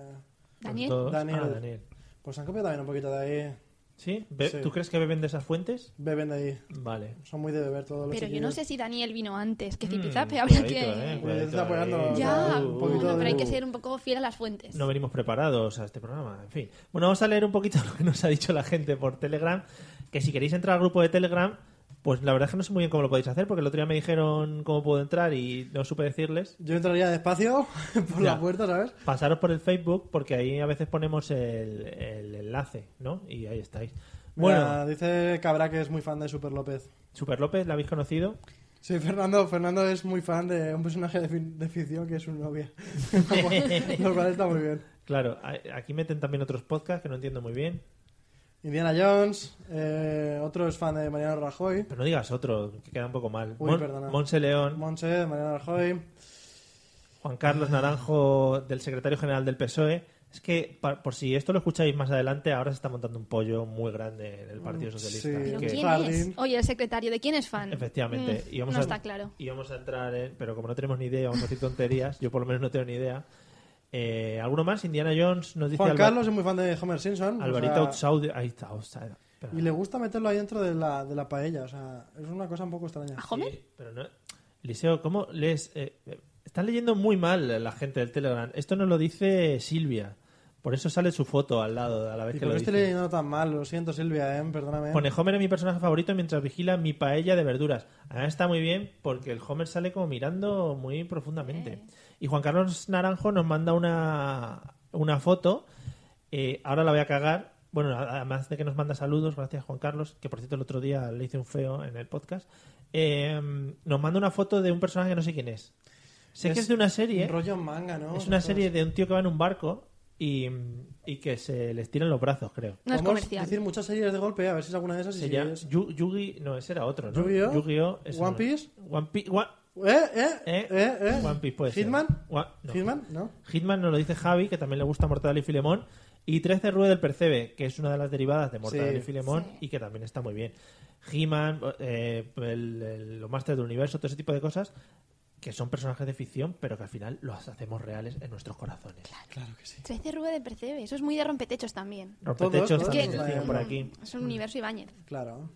C: Daniel.
A: todos- ah,
B: Daniel.
A: Daniel.
B: pues se han copiado también un poquito de ahí.
A: ¿Sí? Be-
B: Sí.
A: ¿Tú crees que beben de esas fuentes?
B: Beben de ahí.
A: Vale.
B: Son muy de beber todos los
A: Pues
C: Pero yo
B: chiquillos.
C: no sé si Daniel vino antes que Zipizape.
A: Mm,
C: habría
A: cuidadito, eh,
C: que.
B: Pues ya
A: cuidadito
B: está apoyando.
A: ahí.
C: Ya, pues,
B: Uh, un poquito
C: bueno, pero hay
B: de-
C: que ser un poco fiel a las fuentes.
A: No venimos preparados a este programa, en fin. Bueno, vamos a leer un poquito lo que nos ha dicho la gente por Telegram, que si queréis entrar al grupo de Telegram, pues la verdad es que no sé muy bien cómo lo podéis hacer, porque el otro día me dijeron cómo puedo entrar y no supe decirles.
B: Yo entraría despacio por
A: Ya.
B: la puerta, ¿sabes?
A: Pasaros por el Facebook, porque ahí a veces ponemos el, el enlace, ¿no? Y ahí estáis.
B: Bueno,
A: Bueno,
B: dice Cabra que es muy fan de Super López.
A: Super López, ¿la habéis conocido?
B: Sí, Fernando, Fernando es muy fan de un personaje de, fi- de ficción que es su novia. Lo cual está muy bien.
A: Claro, a- aquí meten también otros podcasts que no entiendo muy bien.
B: Indiana Jones, eh, otro es fan de Mariano Rajoy.
A: Pero no digas otro, que queda un poco mal.
B: Uy,
A: Mon-
B: perdona.
A: Monse León,
B: Monse, de Mariano Rajoy.
A: Juan Carlos Naranjo, del secretario general del PSOE. E. Es que, pa- por si esto lo escucháis más adelante, ahora se está montando un pollo muy grande en el Partido Socialista.
B: Mm, sí.
C: ¿Pero
B: que-
C: quién
B: Jardín.
C: es? Oye, el secretario, ¿de quién es fan?
A: Efectivamente.
C: Mm,
A: y vamos
C: no
A: a,
C: está claro.
A: Y vamos a entrar en... Pero como no tenemos ni idea, vamos a decir tonterías. Yo por lo menos no tengo ni idea. Eh, ¿Alguno más? Indiana Jones nos dice...
B: Juan
A: Alba-
B: Carlos es muy fan de Homer Simpson. o
A: Alvarito
B: sea,
A: Outsaud- Ahí está, Outsaud. Espera.
B: y le gusta meterlo ahí dentro de la, de la paella. O sea, es una cosa un poco extraña.
C: ¿A Homer?
A: Sí, pero no... Eliseo, ¿cómo lees...? eh, eh, están leyendo muy mal la gente del Telegram. Esto nos lo dice Silvia. Por eso sale su foto al lado a la vez
B: ¿Y
A: que
B: por
A: lo
B: qué estoy
A: dice.
B: leyendo tan mal? Lo siento, Silvia, ¿eh? perdóname.
A: Pone Homer es mi personaje favorito mientras vigila mi paella de verduras. Ah, está muy bien porque el Homer sale como mirando muy profundamente. Y Juan Carlos Naranjo nos manda una, una foto. Eh, ahora la voy a cagar. Bueno, a- además de que nos manda saludos, gracias Juan Carlos, que por cierto el otro día le hice un feo en el podcast. Eh, nos manda una foto de un personaje que no sé quién es. Sé que es de una serie.
B: Un rollo manga, ¿no?
A: Es una serie de un tío que va en un barco y, y que se les tiran los brazos, creo.
C: No es
B: Podemos
C: comercial.
B: decir muchas series de golpe, a ver si es alguna de esas. y
A: Se
B: si
A: llama
B: es- ¿Eh?
A: Yu- Yugi, no, ese era otro, ¿no?
B: Yu-Gi-Oh,
A: ese
B: One
A: no.
B: Piece.
A: One Piece. One,
B: ¿Eh? ¿Eh?
A: eh,
B: ¿Eh? ¿Eh?
A: One Piece puede ser.
B: ¿Hitman?
A: Wa- no.
B: ¿Hitman? ¿No?
A: Hitman nos lo dice Javi, que también le gusta Mortadelo y Filemón. Y 13 Rue del Percebe, que es una de las derivadas de Mortadelo
B: Sí.
A: y Filemón y que también está muy bien. He-Man, eh, el- el- los Masters del Universo, todo ese tipo de cosas que son personajes de ficción, pero que al final los hacemos reales en nuestros corazones.
B: Claro que sí.
C: 13 Rube de Percebe, eso es muy de rompetechos también.
A: Rompetechos
B: Todos, todos
C: Que Mm,
A: también
B: los
A: decían
B: hay.
A: por aquí. Mm.
C: Es un universo Ibáñez.
B: Claro.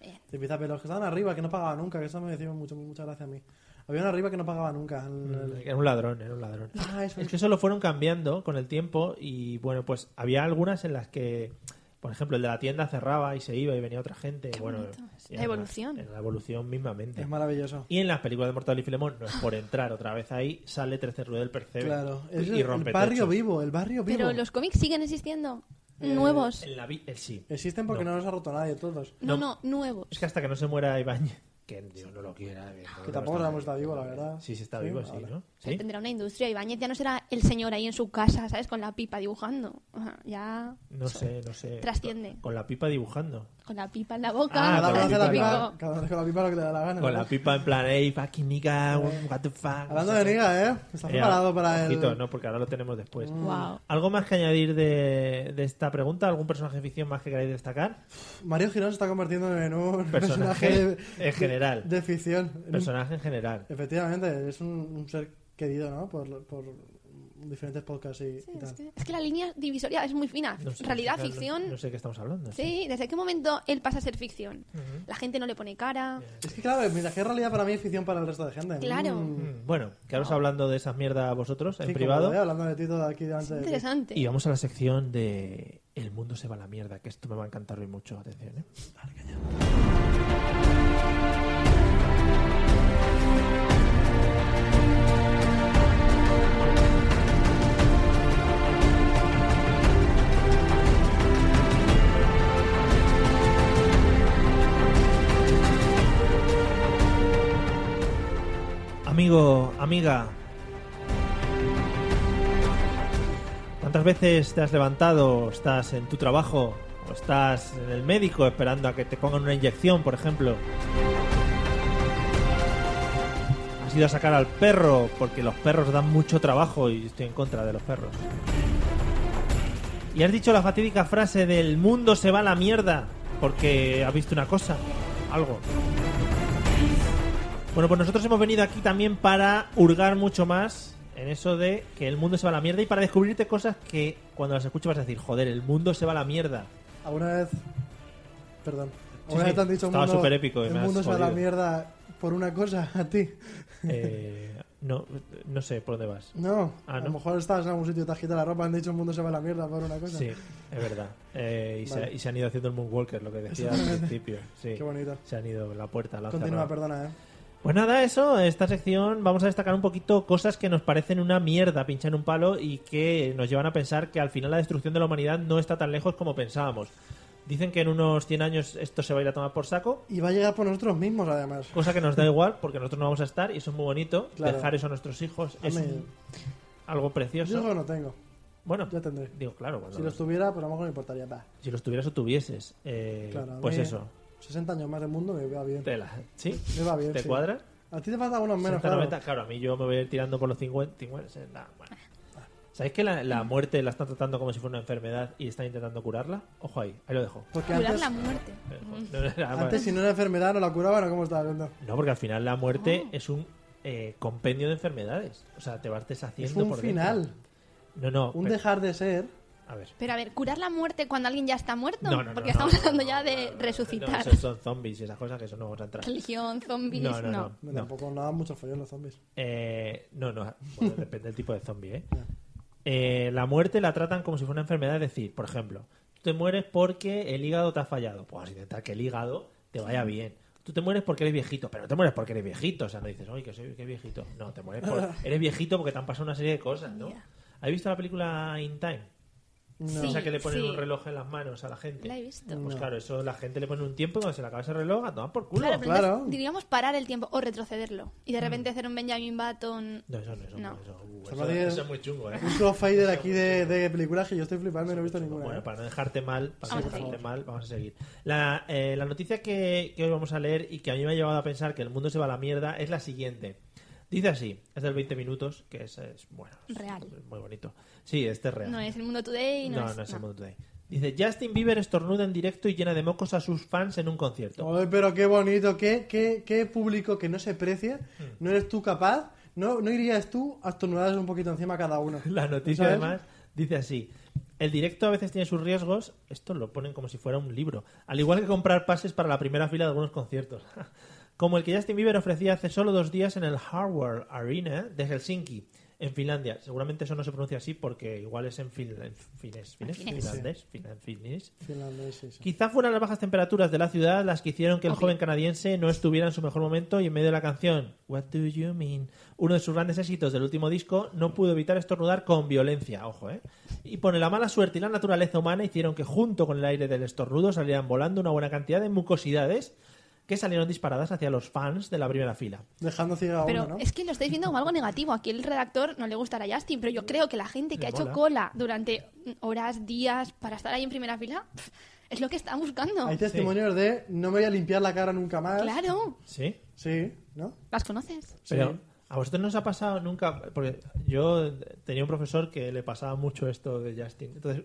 C: Bien.
B: Te empieza a ver los que estaban arriba, que no pagaba nunca, que eso me decía mucho, muchas gracias a mí. Había uno arriba que no pagaba nunca. el- el-
A: Era un ladrón, era un ladrón.
B: Ah, eso
A: es que Mm. eso lo fueron cambiando con el tiempo y bueno, pues había algunas en las que, por ejemplo, el de la tienda cerraba y se iba y venía otra gente. bueno,
C: bonito. Es la
A: era
C: evolución.
A: Era la evolución mismamente.
B: Es maravilloso.
A: y en las películas de Mortal y Filemón, no es por entrar otra vez ahí, sale 13 Rueda del Percebe
B: Claro. Es el,
A: y
B: el
A: rompe
B: barrio
A: techos.
B: vivo, el barrio vivo.
C: Pero los cómics siguen existiendo. Nuevos.
A: En la vi- eh, sí.
B: Existen porque
A: No.
B: no. los ha roto nadie, todos.
C: No,
A: no.
C: no, nuevos.
A: Es que hasta que no se muera Ibañez, que Dios no lo quiera.
B: Que tampoco sabemos si está vivo, la verdad.
A: Sí, sí está
B: Sí,
A: vivo, sí,
B: vale.
A: ¿no?
C: Se
A: Sí.
C: Tendrá una industria. Ibáñez ya no será el señor ahí en su casa, ¿sabes? Con la pipa dibujando. Ajá, Ya.
A: No sé, no sé.
C: Trasciende.
A: Con- Con la pipa dibujando.
C: Con la pipa en la boca.
A: Ah,
B: Cada
A: con
B: uno
A: la
B: hace
A: pipa,
B: la pipa, cada uno hace con la pipa lo que le da la gana.
A: Con
B: ¿no?
A: la pipa en plan, hey, fucking nigga, what the fuck.
B: Hablando de Niga, ¿eh? Estás
A: Eh,
B: preparado para
A: ojito,
B: el.
A: no, porque ahora lo tenemos después.
C: Wow.
A: ¿Algo más que añadir de, de esta pregunta? ¿Algún personaje de ficción más que queráis destacar?
B: Mario Girón se está convirtiendo en un
A: Personaje
B: personaje, de-
A: en general.
B: De, ficción. En un-
A: Personaje en general.
B: Efectivamente, es un, un ser querido, ¿no? Por, por diferentes podcasts y, y
C: Es
B: tal.
C: que, es que la línea divisoria es muy fina.
A: No sé,
C: Realidad,
A: no sé,
C: ficción.
A: No, no sé qué estamos hablando.
C: Sí, ¿desde qué momento él pasa a ser ficción? La gente no le pone cara.
B: Es que claro, mira, que en realidad para mí es ficción para el resto de gente.
C: Claro.
B: Mm,
A: Mm, Bueno, quedaros hablando de esas mierdas vosotros en
B: sí, como
A: privado.
B: veo, ¿eh? hablando de ti todo aquí delante de ti.
C: Interesante.
A: Y vamos a la sección de El mundo se va a la mierda, que esto me va a encantar hoy mucho. Atención, ¿eh? Amigo, amiga, ¿Cuántas veces te has levantado, estás en tu trabajo o estás en el médico esperando a que te pongan una inyección, por ejemplo? Has ido a sacar al perro porque los perros dan mucho trabajo y estoy en contra de los perros. Y has dicho la fatídica frase del mundo se va a la mierda porque has visto una cosa, algo. Bueno, pues nosotros hemos venido aquí también para hurgar mucho más en eso de que el mundo se va a la mierda y para descubrirte cosas que cuando las escuchas vas a decir, joder, el mundo se va a la mierda.
B: ¿Alguna vez. Perdón.
A: Sí,
B: ¿Alguna
A: sí,
B: vez te han dicho
A: estaba
B: mundo,
A: superépico y
B: el
A: me has
B: mundo se va a la
A: jodido.
B: mierda por una cosa a ti?
A: Eh, no, no sé por dónde vas.
B: No.
A: Ah,
B: a
A: ¿no?
B: lo mejor estás en algún sitio, te has quitado la ropa, han dicho el mundo se va a la mierda por una cosa.
A: Sí, es verdad. Eh, y, se,
B: Vale.
A: y se han ido haciendo el Moonwalker, lo que decía al principio. Sí.
B: Qué bonito.
A: Se han ido la puerta, la han
B: Continúa,
A: cerrado.
B: perdona, ¿eh?
A: Pues nada, eso, esta sección vamos a destacar un poquito cosas que nos parecen una mierda, pinchar en un palo y que nos llevan a pensar que al final la destrucción de la humanidad no está tan lejos como pensábamos. Dicen que en unos 100 años esto se va a ir a tomar por saco,
B: Y va a llegar por nosotros mismos, además.
A: cosa que nos da igual porque nosotros no vamos a estar y eso es muy bonito.
B: Claro.
A: Dejar eso a nuestros hijos es
B: Hombre,
A: un- algo
B: Yo
A: precioso.
B: eso no tengo.
A: Bueno,
B: Ya tendré.
A: digo, claro, cuando
B: Si los tuviera, pues a lo mejor me importaría. Va.
A: si los tuvieras o tuvieses, eh,
B: Claro, a
A: pues
B: mí
A: eso,
B: 60 años más del mundo me va bien.
A: tela, ¿sí?
B: Me va bien.
A: ¿Te
B: sí.
A: cuadras?
B: A ti te falta unos menos,
A: 60,
B: claro.
A: 90, claro, a mí yo me voy a ir tirando por los 50. 50, se- nah, bueno. ¿Sabéis que la, la muerte la están tratando como si fuera una enfermedad y están intentando curarla? Ojo ahí, ahí lo dejo.
B: Porque
C: Curar
B: antes,
C: la muerte.
A: Eh, No, no, no,
B: antes si no era enfermedad, no la curaban o cómo estaba viendo.
A: no, porque al final la muerte es un eh, compendio de enfermedades. O sea, te vas deshaciendo
B: Es un
A: por dentro.
B: final.
A: No, no.
B: Un
A: pero-
B: dejar de ser.
A: A ver.
C: Pero a ver, curar la muerte cuando alguien ya está muerto.
A: No, no, no,
C: Porque
A: no,
C: estamos
A: no,
C: hablando
A: no,
C: ya
A: no,
C: de
A: no, no, No,
C: resucitar.
A: esos son zombies y esas cosas que eso no vamos a entrar.
C: Religión, zombies.
A: No,
C: No,
A: no, no.
B: No,
A: No.
B: Tampoco no dan mucho follón los zombies.
A: Eh, no, no, bueno, depende del tipo de zombie, ¿eh? eh, la muerte la tratan como si fuera una enfermedad. Es decir, por ejemplo, tú te mueres porque el hígado te ha fallado. Pues vas a intentar que el hígado te vaya bien. Tú te mueres porque eres viejito, pero no te mueres porque eres viejito. O sea, no dices, oye, que soy que viejito. No, te mueres por... Eres viejito porque te han pasado una serie de cosas, ¿no? ¿Has visto la película In Time?
C: Sí,
A: o sea, que le ponen
E: sí.
A: un reloj en las manos a la gente.
C: La he visto.
A: Pues claro, eso la gente le pone un tiempo y cuando se le acaba ese reloj, a tomar por culo.
C: Claro, pero
B: claro.
C: entonces diríamos parar el tiempo o retrocederlo y de repente hacer un Benjamin Button.
A: No, eso no, eso no.
C: No.
A: Eso, uh,
B: Son
A: eso-
B: nadie-
A: eso es muy chungo, ¿eh?
B: Un crossfader aquí de, de películas que yo estoy flipando y no he visto ninguna.
A: Pues Bueno,
B: ¿eh?
A: para no dejarte mal, para no
C: Vamos a
A: dejarte
C: seguir.
A: mal, vamos a seguir. La, eh, la noticia que, que hoy vamos a leer y que a mí me ha llevado a pensar que el mundo se va a la mierda es la siguiente. Dice así, es del 20 minutos, que es, es, bueno, es
C: Real.
A: muy bonito. Sí, este es real.
C: No es el mundo today, no,
A: no,
C: es.
A: no es el
C: no.
A: mundo today. Dice, Justin Bieber estornuda en directo y llena de mocos a sus fans en un concierto.
B: Ay, pero qué bonito, qué, qué, qué público que no se precia,
A: Hmm.
B: no eres tú capaz, no, no irías tú a estornudarles un poquito encima a cada uno.
A: La noticia,
B: ¿Sabes?
A: además, dice así. El directo a veces tiene sus riesgos. Esto lo ponen como si fuera un libro. Al igual que comprar pases para la primera fila de algunos conciertos. Como el que Justin Bieber ofrecía hace solo dos días en el Hardware Arena de Helsinki, en Finlandia. Seguramente eso no se pronuncia así porque igual es en, fin, en finés. ¿Finés? Finlandés. Fin- finés.
B: Finlandés, sí, sí.
A: Quizá fueron las bajas temperaturas de la ciudad las que hicieron que el joven canadiense no estuviera en su mejor momento y en medio de la canción What Do You Mean, uno de sus grandes éxitos del último disco, no pudo evitar estornudar con violencia, ojo, ¿eh? Y pone la mala suerte y la naturaleza humana hicieron que junto con el aire del estornudo salieran volando una buena cantidad de mucosidades que salieron disparadas hacia los fans de la primera fila.
B: Dejando ciega a
C: Pero
B: uno, ¿no?
C: es que lo estáis viendo como algo negativo. Aquí el redactor no le gustará a Justin, pero yo creo que la gente que
A: Le
C: ha hecho
A: mola.
C: cola durante horas, días, para estar ahí en primera fila, pf, es lo que está buscando.
B: Hay testimonios de no me voy a limpiar la cara nunca más.
C: Claro,
A: ¿Sí?
B: Sí, ¿no?
C: las conoces.
A: Pero a vosotros no os ha pasado nunca, porque yo tenía un profesor que le pasaba mucho esto de Justin. Entonces,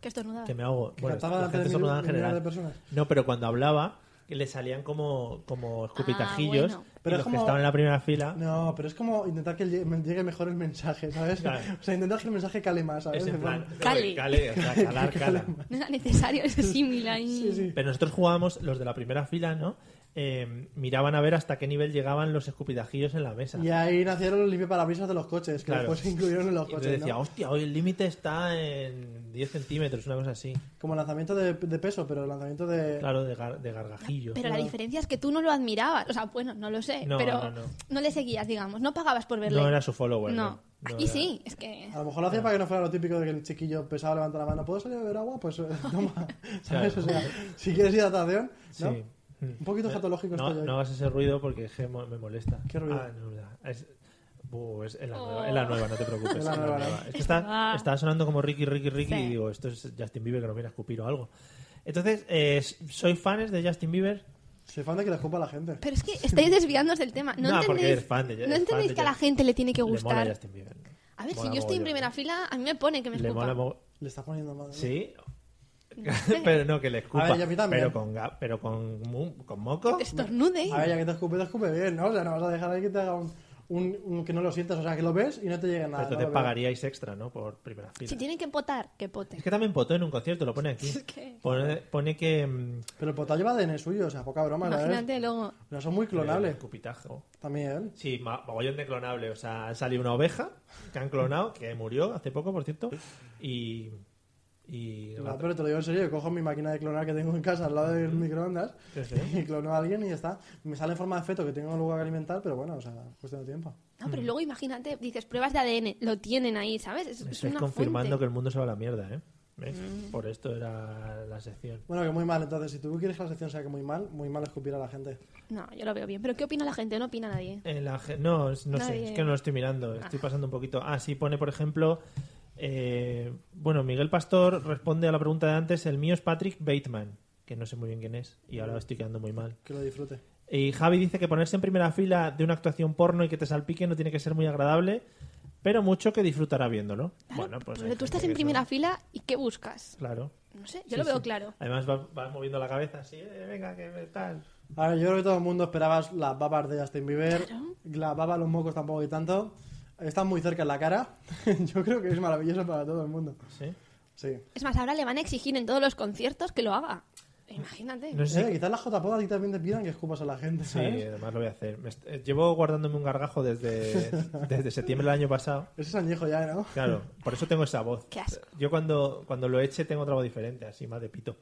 C: Qué estornudada.
A: que me hago. Bueno,
B: cantaba
A: la gente
B: delante de
A: estornudaba en
B: mil- millones
A: general.
B: de personas.
A: No, pero cuando hablaba, que le salían como, como escupitajillos.
C: Ah, bueno.
A: y
B: Pero
A: los
B: es como-
A: que estaban en la primera fila.
B: No, pero es como intentar que lle- llegue mejor el mensaje, ¿sabes?
A: Claro.
B: O sea, intentar que el mensaje cale más, ¿sabes?
A: Es en plan.
C: Cali.
A: Cali, o sea, calar, cala.
C: No era necesario ese símil ahí.
B: Sí, sí.
A: Pero nosotros jugábamos, los de la primera fila, ¿no? Eh, miraban a ver hasta qué nivel llegaban los escupitajillos en la mesa.
B: Y ahí nacieron los limpiaparabrisas de los coches, que
A: Claro.
B: después se incluyeron en los
A: Y yo
B: coches,
A: decía,
B: ¿no?
A: hostia, hoy el límite está en 10 centímetros, una cosa así.
B: Como lanzamiento de, de peso, pero lanzamiento de...
A: Claro, de, gar- de gargajillo.
C: Pero la diferencia es que tú no lo admirabas. O sea, bueno, no lo sé.
A: No,
C: pero
A: no, no.
C: le seguías, digamos. No pagabas por verle.
A: No era su follower.
C: No.
A: No, No
C: Aquí
A: era- Ah.
C: sí. Es que...
B: A lo mejor lo hacía para que no fuera lo típico de que el chiquillo pesado levanta la mano, ¿puedo salir a beber agua? Pues eh, toma, ¿sabes? O sea, si quieres hidratación, ¿no?
A: Sí.
B: Un poquito escatológico
A: no,
B: estoy hoy.
A: no hagas ese ruido porque es que mo- me molesta.
B: ¿Qué ruido?
A: Ah, no, no, es, buh, es- es la
C: Oh.
A: nueva, es la nueva, no te preocupes.
B: Es la
A: es la
B: nueva, ¿no?
A: nueva. Es que está, está sonando como Ricky, Ricky, Ricky
C: Sí.
A: y digo, esto es Justin Bieber que nos viene a escupir o algo. Entonces, eh, ¿soy fans de Justin Bieber?
B: Soy fan de que le escupa a la gente.
C: Pero es que estáis desviándonos del tema. No,
A: No, porque
C: entendéis,
A: eres fan de- eres
C: ¿no entendéis
A: fan de
C: que a la
A: Justin.
C: gente le tiene que
A: Le mola
C: gustar.
A: Justin Bieber.
C: A ver,
A: Mola
C: si yo estoy
A: mogollón.
C: en
A: ¿eh?
C: primera fila, a mí me pone que me
A: Le mola
C: escupa.
A: mo-
B: Le está poniendo madre.
A: Sí. pero no que le escupa.
B: A ver, y a mí también.
A: Pero con, ga- pero con, mu- con moco.
C: Que Estornude.
B: A ver, ya que te escupe, te escupe bien, ¿no? O sea, no vas a dejar ahí que te haga un, un- un- que no lo sientas, o sea, que lo ves y no te llega nada.
A: Pero
B: Ah, ¿no?
A: te
B: Lo veo.
A: pagaríais extra, ¿no? Por primera fila.
C: Si tienen que potar, que poten.
A: Es que también potó en un concierto, lo pone aquí.
C: Es que-
A: Pone, pone que... mm,
B: Pero el potallo va de ADN suyo, o sea, poca broma, ¿sabes?
C: Imagínate luego.
B: Pero son muy clonables.
A: Escupitajo.
B: También.
A: Sí, ma- mogollón de clonable. O sea, ha salido una oveja que han clonado, que murió hace poco, por cierto. Y. Y.
B: No, Ah, pero te lo digo en serio, yo cojo mi máquina de clonar que tengo en casa al lado del microondas
A: Sí, sí.
B: y clono a alguien y ya está. Me sale en forma de feto que tengo luego que alimentar, pero bueno, o sea, cuestión de tiempo.
C: No,
A: Mm.
C: pero luego imagínate, dices pruebas de ADN, lo tienen ahí, ¿sabes? Es,
A: Me
C: es
A: estáis
C: una
A: confirmando que
C: fuente.
A: el mundo se va a la mierda, ¿eh? ¿Ves? Por esto era la sección.
B: Bueno, que muy mal, entonces, si tú quieres que la sección sea que muy mal, muy mal escupir a la gente.
C: No, yo lo veo bien. Pero ¿qué opina la gente? No opina nadie.
A: Eh, la ge- no, es- no sé,
C: Nadie-
A: es que no lo estoy mirando, estoy pasando un poquito. Ah, sí, pone, por ejemplo, eh, bueno, Miguel Pastor responde a la pregunta de antes, el mío es Patrick Bateman, que no sé muy bien quién es, y ahora estoy quedando muy mal.
B: Que lo disfrute.
A: Y Javi dice que ponerse en primera fila de una actuación porno y que te salpique no tiene que ser muy agradable, pero mucho que disfrutará viéndolo.
C: Claro,
A: bueno, pues. hay
C: porque
A: gente
C: tú estás
A: que
C: en
A: eso-
C: primera fila y ¿qué buscas?
A: Claro.
C: No sé, yo
A: Sí,
C: lo veo
A: sí.
C: claro.
A: Además, va- vas moviendo la cabeza así, eh, venga, que me- tal.
B: A ver, yo creo que todo el mundo esperaba las babas de Justin Bieber.
C: Claro.
B: Las babas, los mocos tampoco hay tanto. Están muy cerca en la cara. yo creo que es maravilloso para todo el mundo.
A: Sí.
B: Sí.
C: Es más, ahora le van a exigir en todos los conciertos que lo haga. Imagínate.
A: No sé
B: Eh, quizás las JPOD a ti también te pidan que escupas a la gente,
A: Sí,
B: ¿sabes?
A: además lo voy a hacer. Me est- eh, Llevo guardándome un gargajo desde, desde septiembre del año pasado.
B: Ese es añejo ya, ¿no?
A: Claro, por eso tengo esa voz.
C: Qué asco.
A: Yo cuando, cuando lo eche tengo otra voz diferente, así más de pito.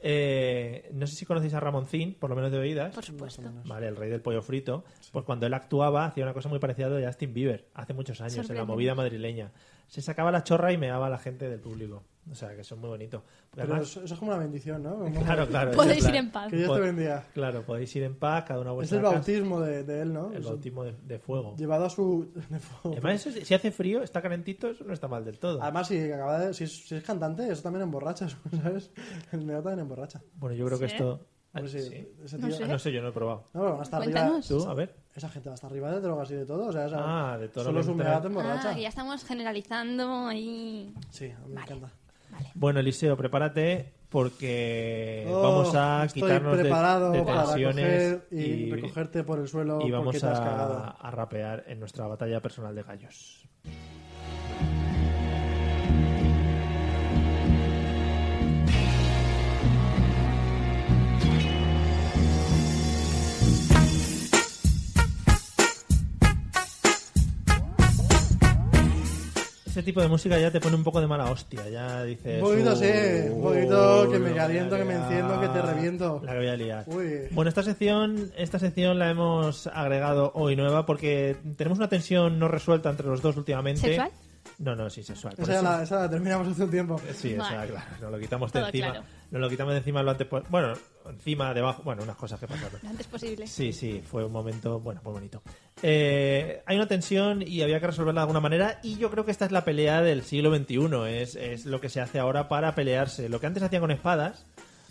A: Eh, no sé si conocéis a Ramoncín, por lo menos de oídas.
C: Por supuesto.
A: Vale, el rey del pollo frito. Pues cuando él actuaba, hacía una cosa muy parecida a lo de Justin Bieber, hace muchos años, en la
C: Sorprendente.
A: movida madrileña. Se sacaba la chorra y meaba a la gente del público. O sea, que eso es muy bonito.
B: Pero
A: Además-
B: eso, eso es como una bendición, ¿no? Como-
A: claro, Pues claro.
C: Podéis
A: es
C: ir en paz.
B: Que Dios te bendiga.
A: Claro, podéis ir en paz, cada uno a
B: Es
A: vuestra
B: el
A: casa.
B: bautismo de, de él, ¿no?
A: pues El
B: Eso-
A: bautismo de, de fuego.
B: Llevado a su... de fuego.
A: Además, eso, si hace frío, está calentito, eso no está mal del todo.
B: Además, si, acaba de- si, es, si es cantante, eso también emborracha, ¿sabes? El negro también emborracha.
A: Bueno, yo creo que
C: ¿Sí?
A: esto... Ah,
B: Hombre, sí,
A: sí.
B: Ese
C: No
B: tío...
C: sé.
A: Ah, no sé, yo no he probado.
B: No, pero van hasta arriba...
C: Cuéntanos.
A: ¿Tú? A ver.
B: Esa gente va hasta arriba de drogas y de todo. O sea, esa-
A: Ah, de todo lo
B: solo
A: que
B: su
A: entra.
B: mega te
C: Ah,
B: emborracha.
C: que ya estamos generalizando ahí.
B: Sí, a mí me
C: Vale.
B: encanta.
A: Bueno, Eliseo, prepárate porque
B: Oh,
A: Eh, vamos a
B: estoy
A: quitarnos de-
B: preparado
A: de,
B: para
A: tensiones
B: coger y, recogerte por el suelo
A: y vamos
B: porque te has cagado.
A: a, a rapear en nuestra batalla personal de gallos. Este tipo de música ya te pone un poco de mala hostia, ya dices...
B: Un poquito,
A: "Uh,
B: sí, un poquito, que me
A: la voy a
B: caliento, que me
A: liar,
B: enciendo, que te reviento".
A: La que voy a liar.
B: Uy.
A: Bueno, esta sección, esta sección la hemos agregado hoy nueva porque tenemos una tensión no resuelta entre los dos últimamente.
C: ¿Sexual?
A: No, no, sí, sexual. por
B: Esa, ya
A: eso-
B: la, esa la terminamos hace un tiempo.
A: Sí, o sea,
C: Vale.
A: claro, nos lo quitamos de
C: Todo
A: encima.
C: claro.
A: Nos lo quitamos de encima lo antes po- Bueno, encima, debajo, bueno, unas cosas que pasaron.
C: Lo antes posible.
A: Sí, sí, fue un momento, bueno, muy bonito. Eh, hay una tensión y había que resolverla de alguna manera y yo creo que esta es la pelea del siglo XXI, es, es lo que se hace ahora para pelearse. Lo que antes se hacía con espadas,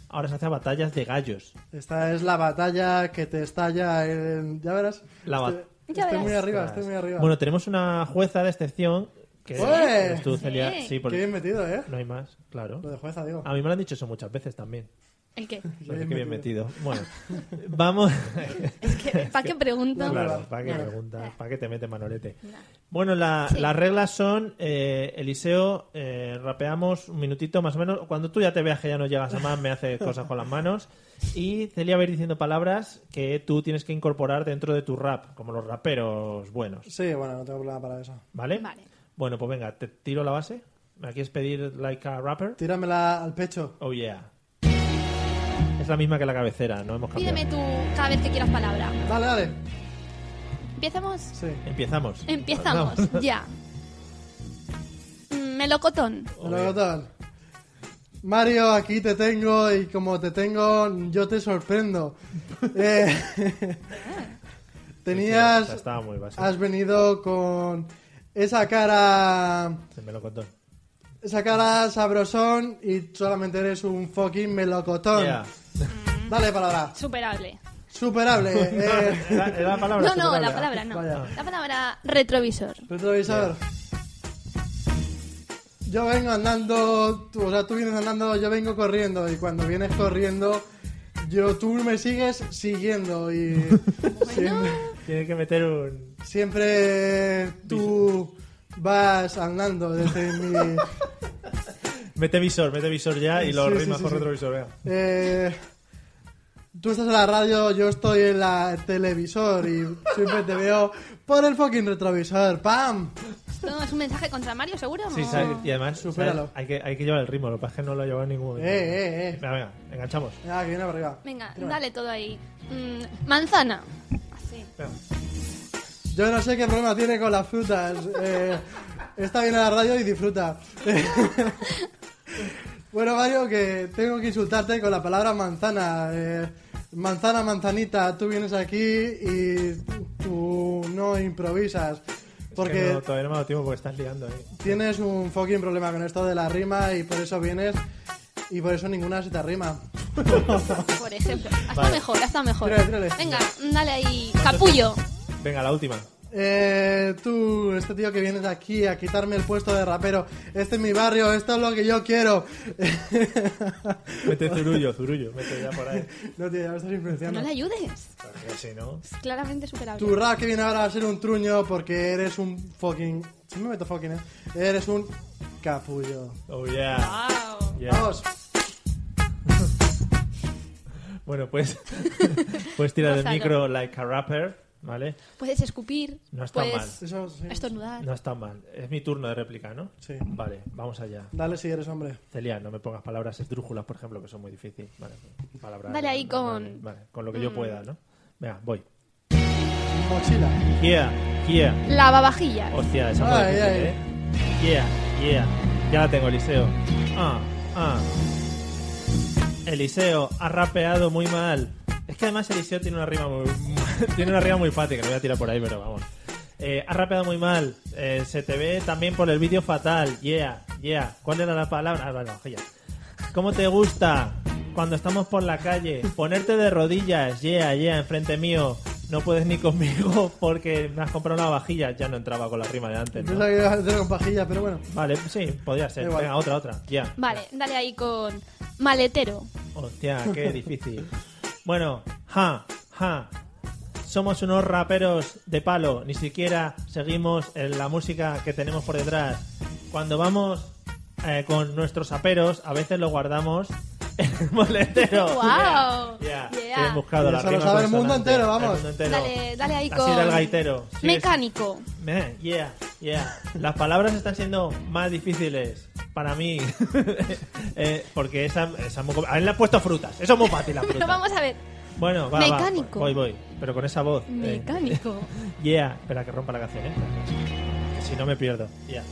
A: ahora se hace a batallas de gallos.
B: Esta es la batalla que te estalla en... Ya verás.
A: La
B: Estoy-
A: bat-
C: Ya
B: Estoy
C: verás.
B: muy arriba, estoy muy arriba.
A: Bueno, tenemos una jueza de excepción que
B: Sí.
A: eres tú,
B: Sí.
A: Celia. Sí,
B: Qué
A: porque
B: bien metido, ¿eh?
A: no hay más, claro.
B: Lo de jueza, digo.
A: A mí me lo han dicho eso muchas veces también.
C: ¿El qué?
B: Qué
A: Lo que
B: bien
A: bien
B: metido.
A: metido. Bueno, vamos.
C: ¿Para qué pregunto?
A: Claro, ¿para qué
C: Nada.
A: preguntas?
C: Nada.
A: ¿Para qué te metes manolete?
C: Nada.
A: Bueno, la-
C: Sí.
A: las reglas son, eh, Eliseo, eh, rapeamos un minutito más o menos. Cuando tú ya te veas que ya no llegas a más, me haces cosas con las manos. Y Celia va a ir diciendo palabras que tú tienes que incorporar dentro de tu rap, como los raperos buenos.
B: Sí, bueno, no tengo problema para eso.
A: ¿Vale?
C: Vale.
A: Bueno, pues venga, te tiro la base. ¿Me la quieres pedir like a rapper?
B: Tíramela al pecho.
A: Oh yeah. Es la misma que la cabecera, no hemos cambiado.
C: Pídeme tú cada vez que quieras palabra.
B: Dale, dale.
C: ¿Empezamos?
B: Sí.
A: Empezamos.
C: Empezamos,
A: Vamos.
C: ya. Mm, Melocotón.
A: Oh,
B: Hola,
A: yeah.
B: ¿qué tal? Mario, aquí te tengo y como te tengo, yo te sorprendo. Eh,
A: Esa
B: tenías.
A: Estaba muy básica.
B: Has venido con esa cara.
A: Se me lo contó.
B: Esa cara sabrosón y solamente eres un fucking melocotón.
A: Yeah.
B: Dale, palabra.
C: Superable.
B: Superable. eh,
A: ¿Era, era la palabra?
C: No, no, la
A: superable.
C: palabra no.
B: Vaya.
C: La palabra retrovisor.
B: Retrovisor. Yo vengo andando, tú, o sea, tú vienes andando, yo vengo corriendo y cuando vienes corriendo, yo tú me sigues siguiendo y siempre,
A: Tiene que meter un.
B: siempre tú vas andando desde mi
A: Mete visor, mete visor ya y lo
B: Sí, sí,
A: rimas
B: sí,
A: por
B: sí.
A: retrovisor. venga.
B: eh, tú estás en la radio, yo estoy en la televisor y siempre te veo por el fucking retrovisor, pam.
C: ¿Esto es un mensaje contra Mario, seguro?
A: Sí,
C: ¿O-
A: ¿sabes? Y además,
B: Supéralo.
A: ¿sabes? Hay, que, hay que llevar el ritmo, lo que pasa es que no lo ha llevado en ningún momento.
B: Eh, eh, eh.
A: Venga, venga, enganchamos.
B: Ah, que viene para arriba.
C: Venga,
B: Tírame.
C: dale todo ahí. Mm, manzana. Así.
A: Venga.
B: Yo no sé qué problema tiene con las frutas. Eh, está bien a la radio y disfruta. bueno, Mario, que tengo que insultarte con la palabra manzana. Eh, manzana, manzanita, tú vienes aquí y tú no improvisas.
A: Es
B: Porque
A: que no, todavía no me ha dado tiempo porque estás liando ahí.
B: tienes un fucking problema con esto de la rima y por eso vienes y por eso ninguna se te rima.
C: Por ejemplo. Hasta
A: Vale.
C: mejor, hasta mejor.
B: Tírale, tírale.
C: Venga, mm, dale ahí. Capullo.
A: Venga, la última.
B: Eh, tú, este tío que vienes aquí a quitarme el puesto de rapero, este es mi barrio, esto es lo que yo quiero.
A: Mete zurullo, zurullo. Mete ya por ahí.
B: no, tío, ya me estás influenciando.
C: No le ayudes.
A: Porque si no.
C: Es claramente superable.
B: Tu rap que viene ahora a ser un truño porque eres un fucking... Si me meto fucking, eh. Eres un capullo.
A: Oh yeah.
C: Wow.
A: Yeah.
B: Vamos.
A: Bueno, pues puedes tirar del
C: Gózalo.
A: micro like a rapper, ¿vale?
C: Puedes escupir,
A: No está
C: puedes
B: Eso sí.
C: estornudar.
A: No está mal. Es mi turno de réplica, ¿no?
B: Sí.
A: Vale, vamos allá.
B: Dale si eres hombre.
A: Celia, no me pongas palabras esdrújulas, por ejemplo, que son muy difíciles. Vale, palabras-
C: Dale ahí con-
A: Vale,
C: Mm.
A: vale, con lo que yo pueda, ¿no? Venga, voy.
B: Mochila.
A: Yeah, yeah.
C: Lavavajillas.
A: Hostia, esa fue
B: Ay,
A: difícil,
B: ay.
A: ¿eh? Yeah, yeah. Ya la tengo, Eliseo. Ah, ah. Eliseo ha rapeado muy mal. Es que además Eliseo tiene una rima muy, tiene una rima muy fática, lo voy a tirar por ahí, pero vamos. Eh, ha rapeado muy mal. Eh, se te ve también por el vídeo fatal. Yeah, yeah. ¿Cuál era la palabra? Ah, vale, vajilla. ¿Cómo te gusta cuando estamos por la calle? Ponerte de rodillas, yeah, yeah, enfrente mío. No puedes ni conmigo porque me has comprado una vajilla. Ya no entraba con la rima de antes. ¿no?
B: Pensaba que iba a hacer con pajilla, pero bueno.
A: Vale, sí, podría ser.
B: Igual.
A: Venga, otra, otra. Ya.
C: Vale, dale ahí con maletero.
A: Hostia, qué difícil. Bueno, ja, ja. Somos unos raperos de palo. Ni siquiera seguimos en la música que tenemos por detrás. Cuando vamos eh, con nuestros aperos, a veces lo guardamos en el moletero.
C: Guau.
A: Ya, ya.
C: Yeah.
A: Bien buscado la
B: Eso lo
A: rima
B: sabe el mundo
A: consonante.
B: entero, vamos.
A: El mundo entero.
C: Dale, dale ahí
A: Así era el
C: con
A: gaitero. Sí,
C: mecánico.
A: Man, yeah, yeah. Las palabras están siendo más difíciles para mí. Eh, porque esa, esa muy compl- A él le han puesto frutas. Eso es muy fácil, la fruta.
C: Pero vamos a ver.
A: Bueno, va, va.
C: Mecánico.
A: Voy, voy. Pero con esa voz. eh.
C: Mecánico.
A: Yeah. Espera que rompa la canción, ¿eh? Que si no me pierdo. Yeah.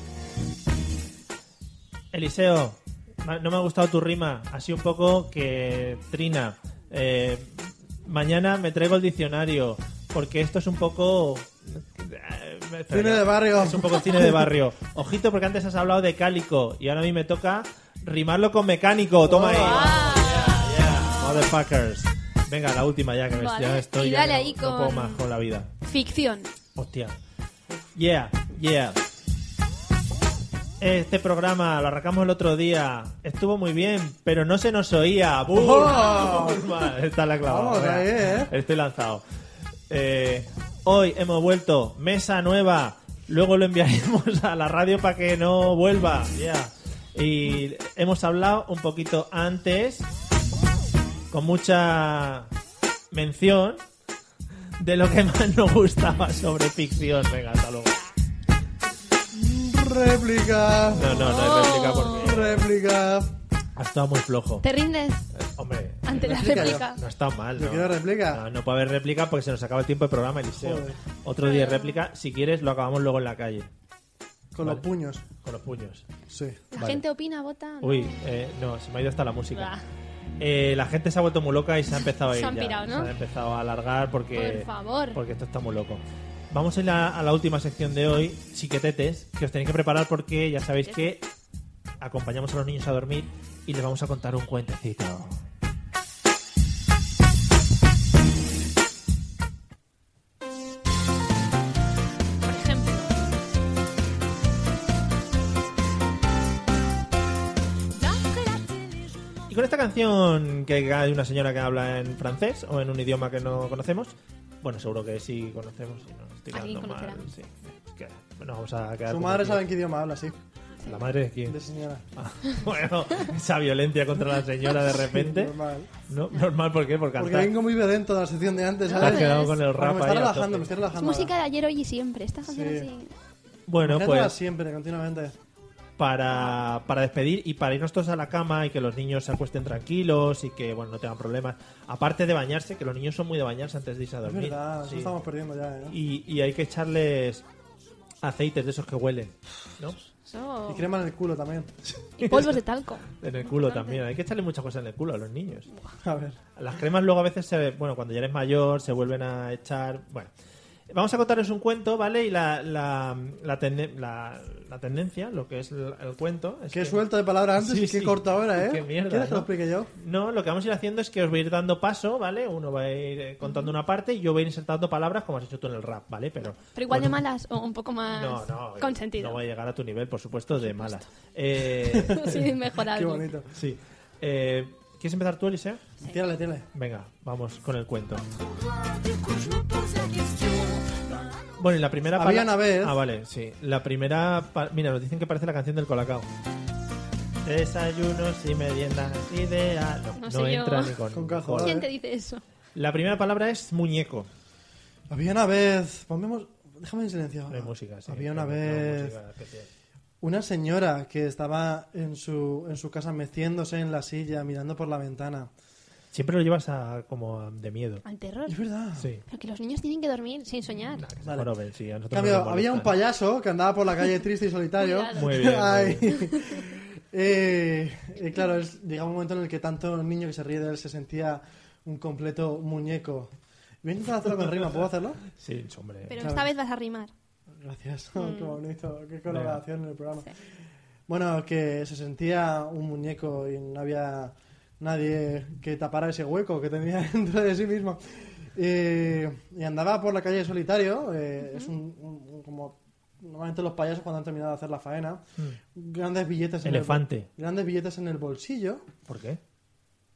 A: Eliseo, ma- no me ha gustado tu rima. Así un poco que trina. Eh, mañana me traigo el diccionario. Porque esto es un poco. eh, espera,
B: Cine
A: ya.
B: de barrio.
A: Es un poco cine de barrio. Ojito, porque antes has hablado de cálico. Y ahora a mí me toca rimarlo con mecánico. Toma ahí. Yeah, motherfuckers. Venga, la última ya que me
C: Vale,
A: ya estoy.
C: y
A: ya
C: dale
A: no-
C: ahí
A: no,
C: con-
A: puedo más con la vida.
C: Ficción.
A: Hostia. Yeah, yeah. Este programa lo arrancamos el otro día. Estuvo muy bien, pero no se nos oía.
B: ¡Oh!
A: Burma. Está la clavada.
B: Vamos,
A: venga.
B: ahí, ¿eh?
A: Estoy lanzado. Eh, hoy hemos vuelto. Mesa nueva. Luego lo enviaremos a la radio para que no vuelva. Yeah. Y hemos hablado un poquito antes, con mucha mención, de lo que más nos gustaba sobre ficción. Venga, hasta luego.
B: Réplica.
A: No, no, no es réplica porque
B: Réplica.
A: ha estado muy flojo.
C: ¿Te rindes
A: Hombre,
C: ante la
B: Réplica,
C: réplica?
A: no está mal.
B: Yo
A: ¿no?
B: quiero réplica.
A: No, no puede haber réplica porque se nos acaba el tiempo de programa, Eliseo.
B: Joder.
A: Otro día de réplica. Si quieres, lo acabamos luego en la calle.
B: Con
A: Vale.
B: los puños.
A: Con los puños.
B: Sí.
C: La
A: Vale.
C: gente opina, vota. ¿no?
A: Uy, eh, no, se me ha ido hasta la música.
C: Bah.
A: Eh, la gente se ha vuelto muy loca y se ha empezado a ir.
C: Se han
A: ya.
C: pirado, ¿no?
A: Se ha empezado a alargar porque.
C: Por favor.
A: Porque esto está muy loco. Vamos a ir a, a la última sección de hoy, chiquetetes, que os tenéis que preparar porque ya sabéis que acompañamos a los niños a dormir y les vamos a contar un cuentecito.
C: Por ejemplo.
A: Y con esta canción que hay una señora que habla en francés o en un idioma que no conocemos, bueno, seguro que sí conocemos. si no, estoy
C: Alguien
A: quedando mal,
C: conocerá.
A: sí. Es que, bueno, vamos a quedar
B: Su
A: como
B: madre
A: aquí.
B: sabe en qué idioma habla, sí.
A: ¿La madre de quién?
B: De señora.
A: Ah, bueno, esa violencia contra la señora de repente.
B: Normal.
A: No, normal, ¿por qué? Por
B: Porque
A: cantar.
B: vengo muy violento de la sección de antes,
A: Te has
B: ¿sabes?
A: quedado con el
B: Porque
A: rap
B: me
A: ahí a
B: está relajando,
A: tope.
B: me estoy
C: Es
B: relajando.
C: música de ayer, hoy y siempre. Esta canción
B: Sí.
C: así.
A: Bueno,
B: Cantándola
A: pues
B: siempre, continuamente.
A: para, para despedir y para irnos todos a la cama y que los niños se acuesten tranquilos y que, bueno, no tengan problemas. Aparte de bañarse, que los niños son muy de bañarse antes de irse a
B: Es
A: dormir.
B: verdad, eso
A: Sí.
B: estamos perdiendo ya, ¿eh?
A: y, y hay que echarles aceites de esos que huelen, ¿no?
C: Eso.
B: Y crema en el culo también.
C: Y polvos de talco.
A: En el culo también. Hay que echarle muchas cosas en el culo a los niños.
B: A ver.
A: Las cremas luego a veces se, bueno, cuando ya eres mayor se vuelven a echar, bueno. Vamos a contaros un cuento, ¿vale? Y la, la, la, tende- la- la tendencia, lo que es el, el cuento... es
B: Qué
A: que-
B: suelta de palabras antes
A: Sí,
B: y qué
A: sí.
B: corta ahora, ¿eh?
A: Qué mierda,
B: ¿Quieres que lo
A: ¿no?
B: explique yo?
A: No, lo que vamos a ir haciendo es que os voy a ir dando paso, ¿vale? Uno va a ir eh, contando una parte y yo voy a ir insertando palabras como has hecho tú en el rap, ¿ale? Pero
C: Pero igual
A: con-
C: de malas o un poco más
A: No, no. eh,
C: con sentido.
A: No voy a llegar a tu nivel, por supuesto, de mala. Eh,
C: sí, mejorable.
B: Qué bonito.
A: sí. Eh, ¿Quieres empezar tú, Eliseo?
B: Tírale, tírale.
A: Venga, vamos con el cuento. Bueno, y la primera
B: Había
A: pala-
B: una vez-
A: Ah, vale, sí. La primera. pa- Mira, nos dicen que parece la canción del Colacao. Desayunos y meriendas ideal. No,
C: No sé yo.
A: entra ni con,
B: Con cazo,
A: cola.
B: vale.
C: ¿Quién te dice eso?
A: La primera palabra es muñeco.
B: Había una vez. Ponemos. Déjame en silencio.
A: No hay música, sí.
B: Había una
A: No hay
B: vez.
A: música especial.
B: Una señora que estaba en su, en su casa meciéndose en la silla, mirando por la ventana.
A: Siempre lo llevas a, como a- de miedo.
C: Al terror.
B: Es verdad.
A: Sí.
C: Pero que los niños tienen que dormir sin soñar.
B: Vale.
A: Bueno, ven, sí, a nosotros
B: En cambio,
A: no nos
B: había un
A: molestan.
B: payaso que andaba por la calle triste y solitario.
C: Cuidado.
A: Muy bien, muy
B: Ay. Eh, eh, claro, es llegaba un momento en el que tanto niño que se ríe de él se sentía un completo muñeco. Voy a intentar hacerlo con rima, ¿puedo hacerlo?
A: Sí, hombre.
C: Pero
B: Claro.
C: esta vez vas a rimar.
B: Gracias, qué bonito, qué colaboración en el programa. Bueno, que se sentía un muñeco y no había nadie que tapara ese hueco que tenía dentro de sí mismo. Eh, y andaba por la calle solitario, eh, es un, un- un- como normalmente los payasos cuando han terminado de hacer la faena, grandes billetes en el-
A: Mm. Elefante.
B: grandes billetes en el bolsillo.
A: ¿Por qué?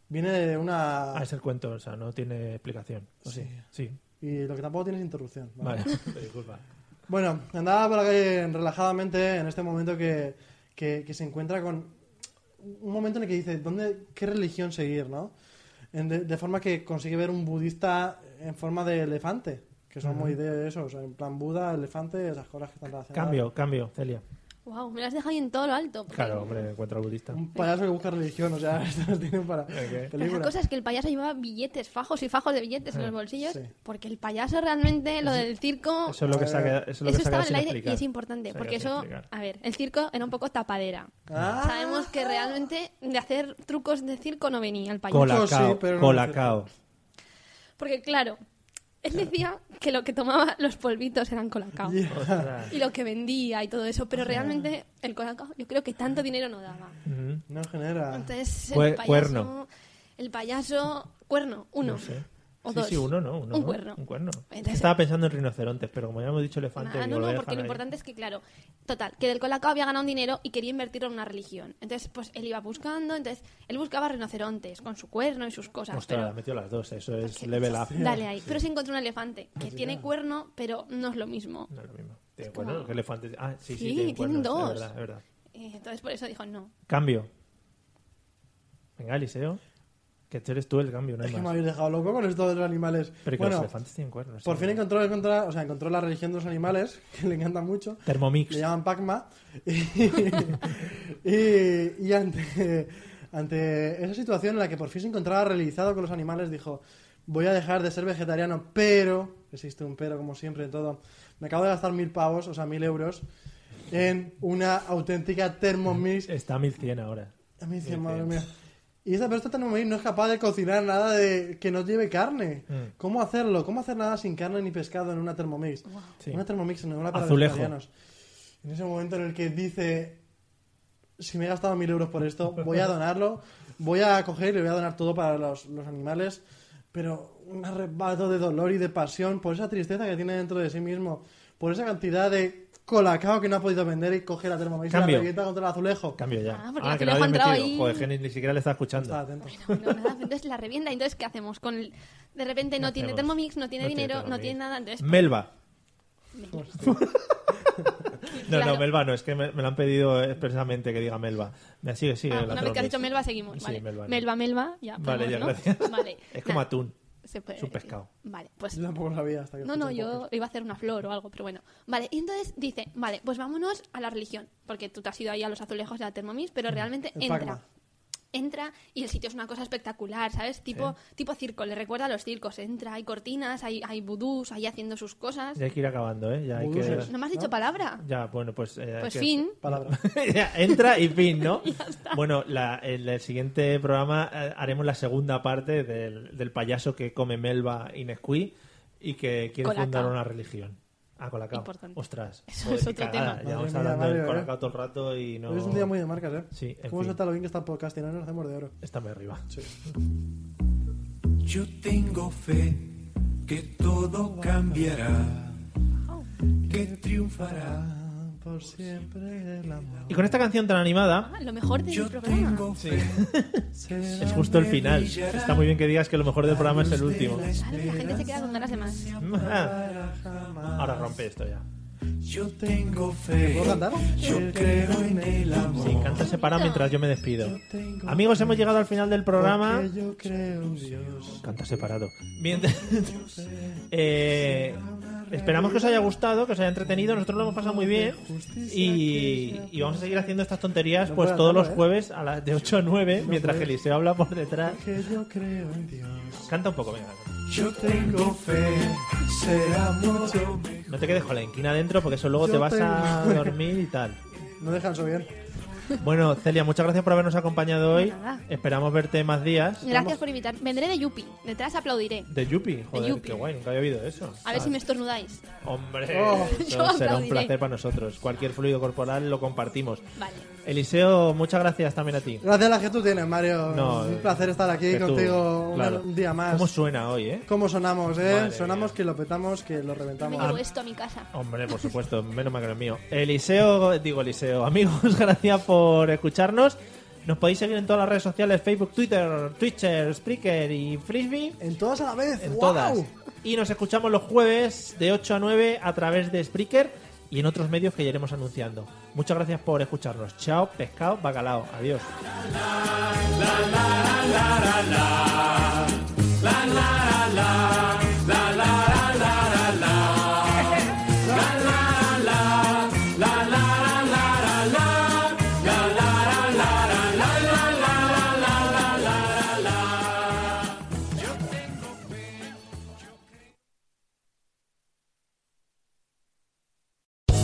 B: Viene de una
A: Ah, es el cuento, o sea, no tiene explicación. ¿O sí? Sí.
B: y lo que tampoco tiene es interrupción. ¿vale?
A: Vale, disculpa.
B: Bueno, andaba por la calle relajadamente en este momento que, que- que se encuentra con un momento en el que dice, ¿dónde, ¿qué religión seguir? ¿no? En de, de forma que consigue ver un budista en forma de elefante, que son muy de eso, o sea, en plan Buda, elefante, esas cosas que están relacionadas.
A: Cambio, cambio, Celia.
C: Wow, me lo has dejado ahí en todo lo alto. porque-
A: Claro, hombre, encuentra al budista.
B: Un payaso que busca religión, o sea, esto lo tienen para
C: Pero la
B: películas.
C: cosa es que el payaso llevaba billetes, fajos y fajos de billetes en los bolsillos,
B: sí.
C: porque el payaso realmente, lo del circo,
A: Eso es lo que se ha quedado, eso es lo que
C: eso
A: se ha quedado
C: estaba en el
A: sin
C: aire
A: explicar.
C: y es importante,
A: Se ha
C: porque
A: quedado
C: eso,
A: sin explicar.
C: a ver, el circo era un poco tapadera.
B: Ah,
C: Sabemos que realmente de hacer trucos de circo no venía el payaso.
B: Mucho sí,
A: Colacao,
B: pero no
A: colacao.
C: Porque claro, él decía que lo que tomaba los polvitos eran colacao.
B: yeah.
A: Ostras.
C: Y lo que vendía y todo eso,
A: Ah.
C: pero realmente el colacao yo creo que tanto dinero no daba.
A: Ujú.
B: No genera.
C: Entonces,
A: Cue-
C: el payaso,
A: cuerno.
C: el payaso cuerno, uno
A: No sé.
C: o
A: sí,
C: dos.
A: sí, uno no, uno
C: un
A: no,
C: cuerno.
A: Un cuerno.
C: Entonces-
A: Estaba pensando en rinocerontes, pero como ya hemos dicho elefante,
C: Ah,
A: digo,
C: no,
A: voy
C: no,
A: a
C: porque lo
A: dejar ahí.
C: importante es que, claro, total, que del colacao había ganado un dinero y quería invertirlo en una religión. Entonces, pues él iba buscando, entonces él buscaba rinocerontes con su cuerno y sus cosas.
A: Ostras,
C: pero-
A: ha metido las dos, eso es
C: que-
A: level up.
C: Dale ahí. Pero se encontró un elefante que tiene cuerno, pero no es lo mismo.
A: No es lo mismo. Tiene
C: como-
A: cuernos, que elefantes. Ah, sí, sí,
C: Sí,
A: tienen cuernos,
C: tienen dos.
A: Es verdad, es verdad.
C: Eh, Entonces, por eso dijo no.
A: Cambio. Venga, Eliseo. Que eres tú el cambio, no hay
B: Es que me
A: más.
B: habéis dejado loco con esto de los animales.
A: Pero que los
B: bueno,
A: elefantes tienen cuernos. ¿eh?
B: por
A: sí.
B: fin encontró, encontró- o sea, encontró la religión de los animales, que le encanta mucho.
A: Thermomix.
B: le llaman Pacma y, y ante, ante esa situación en la que por fin se encontraba realizado con los animales dijo voy a dejar de ser vegetariano pero existe un pero como siempre en todo me acabo de gastar mil pavos o sea mil euros en una auténtica Thermomix
A: Está a 1100 ahora.
B: a mí
A: Eh,
B: dice, madre mía. Y esta persona Thermomix no es capaz de cocinar nada de que no lleve carne.
A: Mm.
B: ¿Cómo hacerlo? ¿Cómo hacer nada sin carne ni pescado en una Thermomix?
A: Sí.
B: Una Thermomix no una para
A: Azulejo.
B: vegetarianos. En ese momento en el que dice, si me he gastado mil euros por esto, voy a donarlo, voy a coger y le voy a donar todo para los, los animales, pero un arrebato de dolor y de pasión por esa tristeza que tiene dentro de sí mismo, por esa cantidad de colacao que no ha podido vender y coge la Thermomix y la
A: Cambio.
B: revienta contra el azulejo.
A: Cambio ya.
C: Ah, porque
A: que
C: Azulejo
A: lo
C: ha
A: habéis
C: entrado
A: metido.
C: ahí.
A: Joder, que ni, ni siquiera le está escuchando.
B: Estaba atento.
C: Bueno, nada, entonces la revienta. Entonces, ¿qué hacemos? con el- De repente no tiene
A: hacemos?
C: Thermomix, no tiene
A: No tiene
C: dinero, no
A: Thermomix.
C: tiene nada. Entonces,
A: Melba. No,
C: Claro.
A: no, Melba no, es que me, me lo han pedido expresamente que diga Melba. Me sigue, sigue.
C: Ah,
A: la
C: una vez que has
A: Thermomix.
C: dicho Melba, seguimos.
A: Sí,
C: Vale.
A: Melba, no.
C: Melba, Melba, ya.
A: Vale,
C: podemos,
A: ya,
C: ¿no?
A: gracias.
C: Vale.
A: Es como
C: Nada,
A: atún.
C: se puede
A: Es un
C: decir.
A: pescado.
C: Vale, pues
B: Yo tampoco lo sabía hasta que
C: No, no,
B: escuché un
C: yo
B: podcast.
C: iba a hacer una flor o algo, pero bueno. Vale, y entonces dice, vale, pues vámonos a la religión, porque tú te has ido ahí a los azulejos de la Thermomix, pero realmente
B: El
C: entra.
B: Pac-Man.
C: Entra y el sitio es una cosa espectacular, ¿sabes? Tipo, tipo circo, le recuerda a los circos. Entra, hay cortinas, hay, hay vudús ahí haciendo sus cosas.
A: Ya hay que ir acabando, ¿eh? Ya, hay que...
B: Buduses.
C: ¿No me has dicho palabra?
A: ya bueno, pues... eh, hay
C: Pues
A: que-
C: fin.
B: Palabra.
A: Ya, Entra y fin, ¿no? bueno, la- el, el siguiente programa eh, haremos la segunda parte del, del payaso que come melva y Nesquí y que quiere
C: Colacao.
A: fundar una religión. Ah, Colacao.
C: Importante.
A: Ostras.
C: Eso
A: joder,
C: es
A: qué
C: otro
A: cagada.
C: tema.
A: Ya vamos
B: Madre mía,
A: hablando del
B: Mario, ¿eh?
A: Colacao todo el rato y no...
B: Hoy es un día muy de marcas, ¿eh?
A: Sí, en
B: ¿Cómo
A: fin.
B: está lo bien que está el podcast? Y no nos hacemos de oro.
A: Está muy arriba.
E: Yo tengo fe que todo cambiará, que triunfará.
B: Por siempre el amor.
A: Y con esta canción tan animada,
C: Ah, lo mejor del
E: Yo
C: programa.
E: tengo fe.
A: es justo el final. Está muy bien que digas que lo mejor del programa es el último.
C: Claro, la gente se queda con ganas de más.
A: Ahora rompe esto ya.
E: Yo tengo fe.
B: ¿Puedo cantar?
E: Yo creo en el amor.
A: Sí, canta ese para mientras yo me despido. Amigos, hemos llegado al final del programa.
B: Porque yo creo en Dios.
A: Canta separado. Mientras- Eh, esperamos que os haya gustado, que os haya entretenido. Nosotros lo hemos pasado muy bien. Y, y vamos a seguir haciendo estas tonterías pues
B: puedo
A: todos los
B: hacerlo, ¿eh?
A: jueves a las de 8 a 9, mientras que Eliseo habla por detrás.
B: Que yo creo en Dios.
A: Canta un poco, venga.
E: Yo tengo fe. Será mucho mejor.
A: No te quedes con la inquina adentro porque eso luego
B: Yo
A: te vas a
B: tengo-
A: dormir y tal.
B: No dejan eso bien.
A: Bueno, Celia, muchas gracias por habernos acompañado hoy.
C: Nada.
A: Esperamos verte más días.
C: Gracias por invitar. Vendré de Yupi. Detrás aplaudiré.
A: De Yupi, joder,
C: Yupi.
A: qué guay, nunca había oído eso.
C: A ver si me estornudáis.
A: Hombre,
B: Oh.
A: eso
C: Yo
A: será un
C: aplaudiré.
A: placer para nosotros. Cualquier fluido corporal lo compartimos.
C: Vale.
A: Eliseo, muchas gracias también a ti.
B: Gracias a las que tú tienes, Mario.
A: No,
B: es un placer estar aquí
A: que tú,
B: contigo una-
A: claro.
B: un día más.
A: ¿Cómo suena hoy, eh?
B: ¿Cómo sonamos, eh?
A: Madre mía.
B: sonamos
A: Ah.
B: que lo petamos, que lo
C: Yo me
B: reventamos.
C: llevo esto a mi casa.
A: Hombre, por supuesto, menos mal que no es mío. Eliseo, digo Eliseo, amigos, gracias por escucharnos. Nos podéis seguir en todas las redes sociales, Facebook, Twitter, Twitcher, Spreaker y Frisbee.
B: En todas a la vez.
A: En
B: ¡Guau!
A: todas. Y nos escuchamos los jueves de 8 a 9 a través de Spreaker y en otros medios que ya iremos anunciando. Muchas gracias por escucharnos. Chao, pescado, bacalao. Adiós.